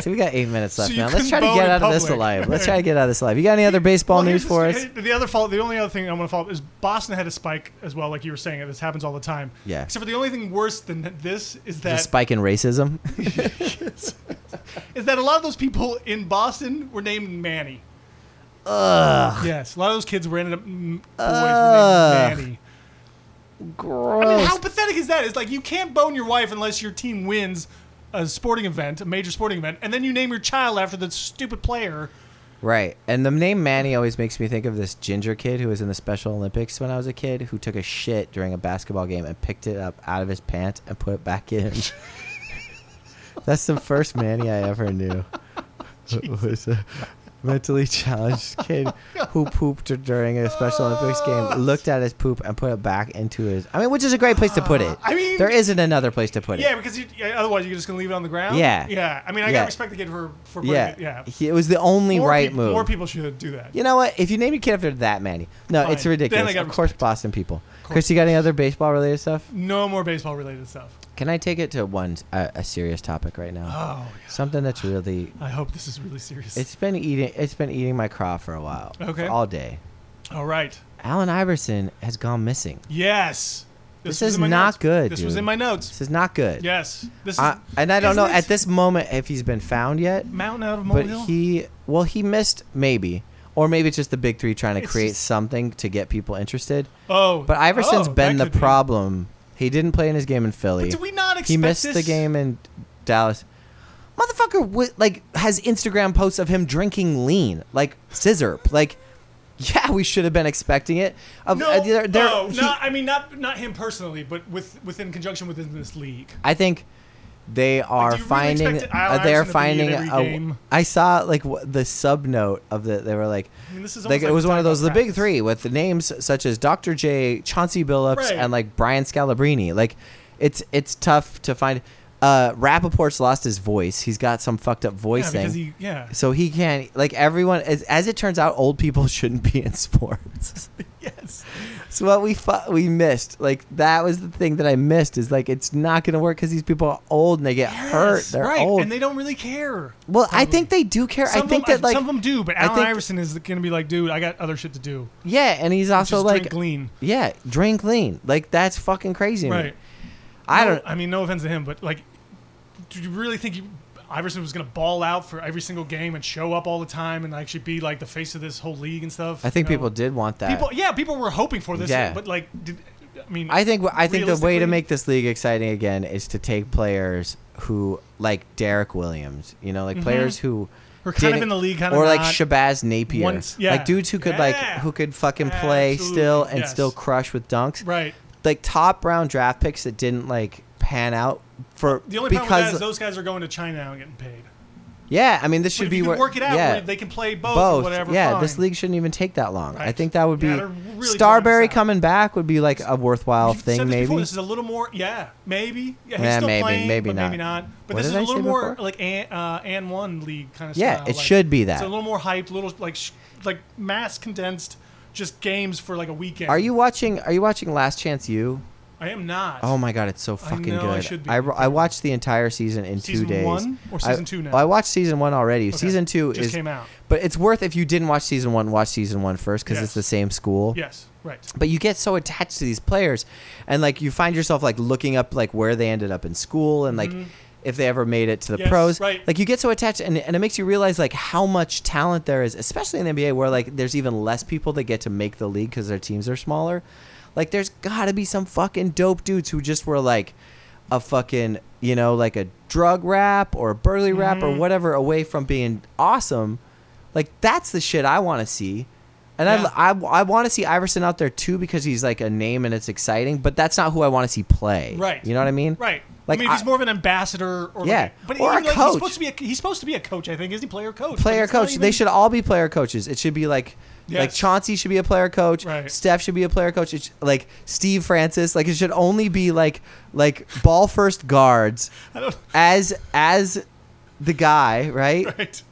Speaker 2: so we got eight minutes
Speaker 1: So
Speaker 2: left
Speaker 1: you
Speaker 2: now. Let's
Speaker 1: couldn't
Speaker 2: try to
Speaker 1: bone
Speaker 2: get
Speaker 1: in
Speaker 2: out of this
Speaker 1: public.
Speaker 2: alive. Let's try to get out of this alive. You got any other baseball
Speaker 1: Well,
Speaker 2: news
Speaker 1: here's
Speaker 2: for
Speaker 1: the-
Speaker 2: us?
Speaker 1: The other fault, the only other thing I want to follow up is Boston had a spike as well, like you were saying. and This happens all the time.
Speaker 2: Yeah.
Speaker 1: Except for the only thing worse than this is
Speaker 2: The
Speaker 1: that
Speaker 2: spike in racism.
Speaker 1: is that a lot of those people in Boston were named Manny.
Speaker 2: Ugh.
Speaker 1: Yes, a lot of those kids were ended up m- boys were
Speaker 2: Ugh.
Speaker 1: named Manny.
Speaker 2: Gross.
Speaker 1: I mean, how pathetic is that? It's like you can't bone your wife unless your team wins a sporting event, a major sporting event, and then you name your child after the stupid player.
Speaker 2: Right. And the name Manny always makes me think of this ginger kid who was in the Special Olympics when I was a kid who took a shit during a basketball game and picked it up out of his pants and put it back in. That's the first Manny I ever knew. was a mentally challenged kid who pooped during a Special Olympics game, looked at his poop and put it back into his. I mean, which is a great place to put it.
Speaker 1: I mean-
Speaker 2: there isn't another place to put it.
Speaker 1: Yeah, because you, yeah, otherwise you're just gonna leave it on the ground.
Speaker 2: Yeah.
Speaker 1: Yeah. I mean, I
Speaker 2: Yeah.
Speaker 1: gotta respect the kid for for putting
Speaker 2: Yeah.
Speaker 1: it. Yeah.
Speaker 2: He- it was the only
Speaker 1: More
Speaker 2: right
Speaker 1: peop-
Speaker 2: move.
Speaker 1: More people should do that.
Speaker 2: You know what? If you name your kid after that, Manny. No,
Speaker 1: Fine.
Speaker 2: it's
Speaker 1: Then I
Speaker 2: ridiculous.
Speaker 1: got
Speaker 2: Of course,
Speaker 1: respect.
Speaker 2: Boston people. Chris, you got any other baseball related stuff?
Speaker 1: No more baseball related stuff.
Speaker 2: Can I take it to one a, a serious topic right now?
Speaker 1: Oh, yes.
Speaker 2: Something that's really
Speaker 1: I hope this is really serious.
Speaker 2: it's been eating it's been eating my craw for a while.
Speaker 1: Okay.
Speaker 2: All day.
Speaker 1: All right.
Speaker 2: Allen Iverson has gone missing.
Speaker 1: Yes.
Speaker 2: This
Speaker 1: was
Speaker 2: is
Speaker 1: in my
Speaker 2: not
Speaker 1: notes.
Speaker 2: good,
Speaker 1: This was
Speaker 2: dude.
Speaker 1: in my notes.
Speaker 2: This is not good.
Speaker 1: Yes. This is
Speaker 2: I, and I don't know
Speaker 1: isn't it
Speaker 2: at this moment if he's been found yet,
Speaker 1: mountain out of
Speaker 2: but
Speaker 1: molehill.
Speaker 2: he well he missed maybe, or maybe it's just the big three trying to
Speaker 1: It's
Speaker 2: create
Speaker 1: just-
Speaker 2: something to get people interested.
Speaker 1: oh,
Speaker 2: But Iverson's
Speaker 1: oh,
Speaker 2: been
Speaker 1: that
Speaker 2: the
Speaker 1: could be.
Speaker 2: problem. He didn't play in his game in Philly.
Speaker 1: But did we not expect
Speaker 2: he missed the
Speaker 1: this?
Speaker 2: game in Dallas. Motherfucker, wi- like has Instagram posts of him drinking lean, like scissor, like Yeah, we should have been expecting it. Of-
Speaker 1: No,
Speaker 2: uh, there- there-
Speaker 1: no,
Speaker 2: he-
Speaker 1: not, I mean not not him personally, but with within conjunction within this league.
Speaker 2: I think they are
Speaker 1: do you really
Speaker 2: finding
Speaker 1: expect Al
Speaker 2: uh, they're
Speaker 1: Iverson to be in
Speaker 2: finding
Speaker 1: every
Speaker 2: a,
Speaker 1: game?
Speaker 2: I saw like w- the sub note of the they were like
Speaker 1: I mean, this is
Speaker 2: like
Speaker 1: almost
Speaker 2: it was
Speaker 1: we're
Speaker 2: one of
Speaker 1: talking
Speaker 2: those the
Speaker 1: about
Speaker 2: big
Speaker 1: practice.
Speaker 2: 3 with the names such as Dr. J, Chauncey Billups
Speaker 1: Right.
Speaker 2: and like Brian Scalabrine. Like it's it's tough to find uh Rappaport's lost his voice. He's got some fucked up voice
Speaker 1: Yeah,
Speaker 2: thing.
Speaker 1: because he, yeah,
Speaker 2: so he can't like everyone as, as it turns out old people shouldn't be in sports.
Speaker 1: yes.
Speaker 2: So what we fu- we missed, like that was the thing that I missed, is like it's not gonna work because these people are old and they get hurt.
Speaker 1: Yes,
Speaker 2: They're
Speaker 1: right,
Speaker 2: old.
Speaker 1: and they don't really care.
Speaker 2: well, I
Speaker 1: probably.
Speaker 2: think they do care.
Speaker 1: Some
Speaker 2: I think
Speaker 1: of them,
Speaker 2: that like
Speaker 1: some of them do, but
Speaker 2: I
Speaker 1: Allen
Speaker 2: think-
Speaker 1: Iverson is gonna be like, dude, I got other shit to do.
Speaker 2: yeah, and he's also
Speaker 1: Just
Speaker 2: like
Speaker 1: drink lean.
Speaker 2: yeah, drink lean. Like that's fucking crazy. to me.
Speaker 1: Right.
Speaker 2: I
Speaker 1: No,
Speaker 2: don't.
Speaker 1: I mean, no offense to him, but like, do you really think you, Iverson was going to ball out for every single game and show up all the time and actually be like the face of this whole league and stuff?
Speaker 2: I think
Speaker 1: You know?
Speaker 2: people did want that.
Speaker 1: people, yeah, people were hoping for this,
Speaker 2: Yeah.
Speaker 1: but like, did, I mean,
Speaker 2: I think I think the way to
Speaker 1: realistically-
Speaker 2: make this league exciting again is to take players who like Derek Williams, you know, like players who
Speaker 1: Mm-hmm. Who are kind of
Speaker 2: didn't-
Speaker 1: in the league, kind of
Speaker 2: or like
Speaker 1: not.
Speaker 2: Shabazz Napier,
Speaker 1: Once- yeah.
Speaker 2: like dudes who could like
Speaker 1: Yeah.
Speaker 2: who could fucking play
Speaker 1: Absolutely.
Speaker 2: still and
Speaker 1: Yes.
Speaker 2: still crush with dunks,
Speaker 1: right.
Speaker 2: like top round draft picks that didn't like pan out for
Speaker 1: The only problem with that
Speaker 2: because
Speaker 1: is those guys are going to China now and getting paid.
Speaker 2: yeah, I mean this
Speaker 1: But
Speaker 2: should
Speaker 1: if
Speaker 2: be
Speaker 1: you
Speaker 2: where
Speaker 1: can work it out
Speaker 2: yeah.
Speaker 1: where they can play both, or
Speaker 2: both,
Speaker 1: whatever.
Speaker 2: yeah.
Speaker 1: fine.
Speaker 2: This league shouldn't even take that long. I
Speaker 1: Right.
Speaker 2: think that would be
Speaker 1: Yeah, they're really throwing
Speaker 2: Starberry
Speaker 1: this out.
Speaker 2: coming back would be like a worthwhile
Speaker 1: You've
Speaker 2: thing,
Speaker 1: said this
Speaker 2: maybe.
Speaker 1: Before. This is a little more, yeah, maybe. Yeah, he's
Speaker 2: Yeah,
Speaker 1: still
Speaker 2: maybe,
Speaker 1: playing,
Speaker 2: maybe
Speaker 1: but
Speaker 2: not.
Speaker 1: maybe not. But
Speaker 2: What
Speaker 1: this is
Speaker 2: did I
Speaker 1: a
Speaker 2: say
Speaker 1: little more
Speaker 2: before?
Speaker 1: like and, uh, and one league kind of
Speaker 2: Yeah,
Speaker 1: style.
Speaker 2: it
Speaker 1: like,
Speaker 2: should be
Speaker 1: It's
Speaker 2: that.
Speaker 1: a little more hyped, little like sh- like mass condensed, just games for like a weekend.
Speaker 2: Are you watching? Are you watching Last Chance U?
Speaker 1: I am not.
Speaker 2: Oh my god, it's so fucking
Speaker 1: know, I
Speaker 2: good.
Speaker 1: should be.
Speaker 2: I, ro- I watched the entire season in
Speaker 1: Season
Speaker 2: two days.
Speaker 1: one or
Speaker 2: I-
Speaker 1: season two now?
Speaker 2: I watched season one already.
Speaker 1: Okay.
Speaker 2: Season two
Speaker 1: just
Speaker 2: is,
Speaker 1: came out.
Speaker 2: but it's worth if you didn't watch season one, watch season one first because it's
Speaker 1: Yes.
Speaker 2: the same school.
Speaker 1: Yes, right.
Speaker 2: But you get so attached to these players, and like you find yourself like looking up like where they ended up in school and like. If they ever made it to the
Speaker 1: Mm-hmm. Yes,
Speaker 2: pros,
Speaker 1: right.
Speaker 2: like you get so attached, and, and it makes you realize like how much talent there is, especially in the NBA, where like there's even less people that get to make the league because their teams are smaller. Like there's got to be some fucking dope dudes who just were like a fucking you know like a drug rap or a burly rap
Speaker 1: Mm-hmm.
Speaker 2: or whatever away from being awesome. Like that's the shit I want to see. And
Speaker 1: Yeah.
Speaker 2: I, I, I want to see Iverson out there too because he's like a name and it's exciting, but that's not who I want to see play.
Speaker 1: Right.
Speaker 2: You know what I mean?
Speaker 1: Right.
Speaker 2: Like,
Speaker 1: I mean,
Speaker 2: I-
Speaker 1: he's more of an ambassador, or like
Speaker 2: Yeah,
Speaker 1: a- but
Speaker 2: or
Speaker 1: even,
Speaker 2: a
Speaker 1: like,
Speaker 2: coach.
Speaker 1: He's supposed to be a he's supposed to be a coach, I think. Is he player coach? But
Speaker 2: Player
Speaker 1: it's not
Speaker 2: coach.
Speaker 1: even-
Speaker 2: They should all be player coaches. It should be like like
Speaker 1: Yes.
Speaker 2: Chauncey should be a player coach.
Speaker 1: Right.
Speaker 2: Steph should be a player coach. It sh- like Steve Francis. Like it should only be like like ball first guards
Speaker 1: I don't.
Speaker 2: as as the guy right.
Speaker 1: Right.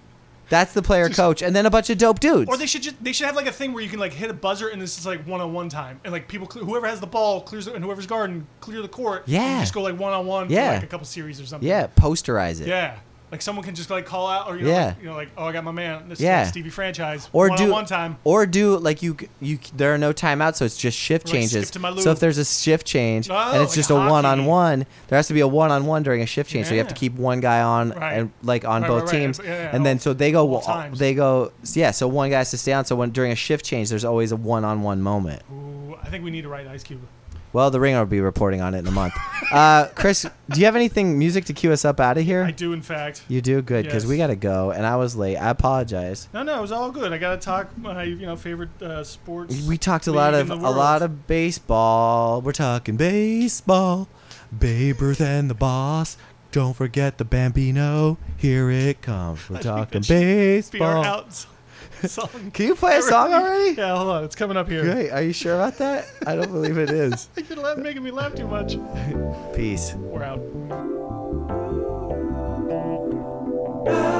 Speaker 2: That's the player coach, and then a bunch of dope dudes.
Speaker 1: Or they should just they should have like a thing where you can like hit a buzzer and this is like one on one time and like people cle- whoever has the ball clears it and whoever's guarding clear the court. and you
Speaker 2: Yeah.
Speaker 1: just go like one on one.
Speaker 2: Yeah.
Speaker 1: For, like a couple series or something.
Speaker 2: yeah, posterize it.
Speaker 1: Yeah. Like someone can just like call out or you know,
Speaker 2: Yeah.
Speaker 1: like, you know like oh I got my man this
Speaker 2: Yeah.
Speaker 1: is Stevie franchise
Speaker 2: or
Speaker 1: one
Speaker 2: do
Speaker 1: on one time
Speaker 2: or do like you you there are no timeouts so it's just
Speaker 1: Or,
Speaker 2: shift
Speaker 1: like,
Speaker 2: changes
Speaker 1: skip to my loo.
Speaker 2: so if there's a shift change
Speaker 1: Oh,
Speaker 2: and it's
Speaker 1: like
Speaker 2: just a
Speaker 1: hockey.
Speaker 2: one-on-one there has to be a one-on-one during a shift change so you have to
Speaker 1: Yeah.
Speaker 2: keep one guy on
Speaker 1: Right.
Speaker 2: and like on
Speaker 1: Right,
Speaker 2: both
Speaker 1: right, right.
Speaker 2: teams
Speaker 1: Yeah, yeah,
Speaker 2: and then
Speaker 1: all-
Speaker 2: so they go
Speaker 1: all times.
Speaker 2: they go yeah so one guy has to stay on so when during a shift change there's always a one-on-one moment
Speaker 1: Ooh, I think we need to write Ice Cube.
Speaker 2: well the ringer will be reporting on it in a month uh, chris do you have anything music to cue us up out of here
Speaker 1: I do in fact.
Speaker 2: you do good because we
Speaker 1: Yes.
Speaker 2: gotta go and i was late i apologize
Speaker 1: No, no, it was all good. I gotta talk my you know favorite uh, sports.
Speaker 2: We talked a lot
Speaker 1: league
Speaker 2: of
Speaker 1: in
Speaker 2: a
Speaker 1: the world.
Speaker 2: lot of baseball. We're talking baseball. Babe Ruth and the boss. Don't forget the Bambino. Here it comes. We're
Speaker 1: I think
Speaker 2: talking
Speaker 1: that should be our
Speaker 2: baseball.
Speaker 1: out song.
Speaker 2: Can you play a song already?
Speaker 1: Yeah, hold on, it's coming up here.
Speaker 2: Great. Are you sure about that? I don't believe it is.
Speaker 1: You're la- making me laugh too much.
Speaker 2: Peace.
Speaker 1: We're out.
Speaker 4: Baseball,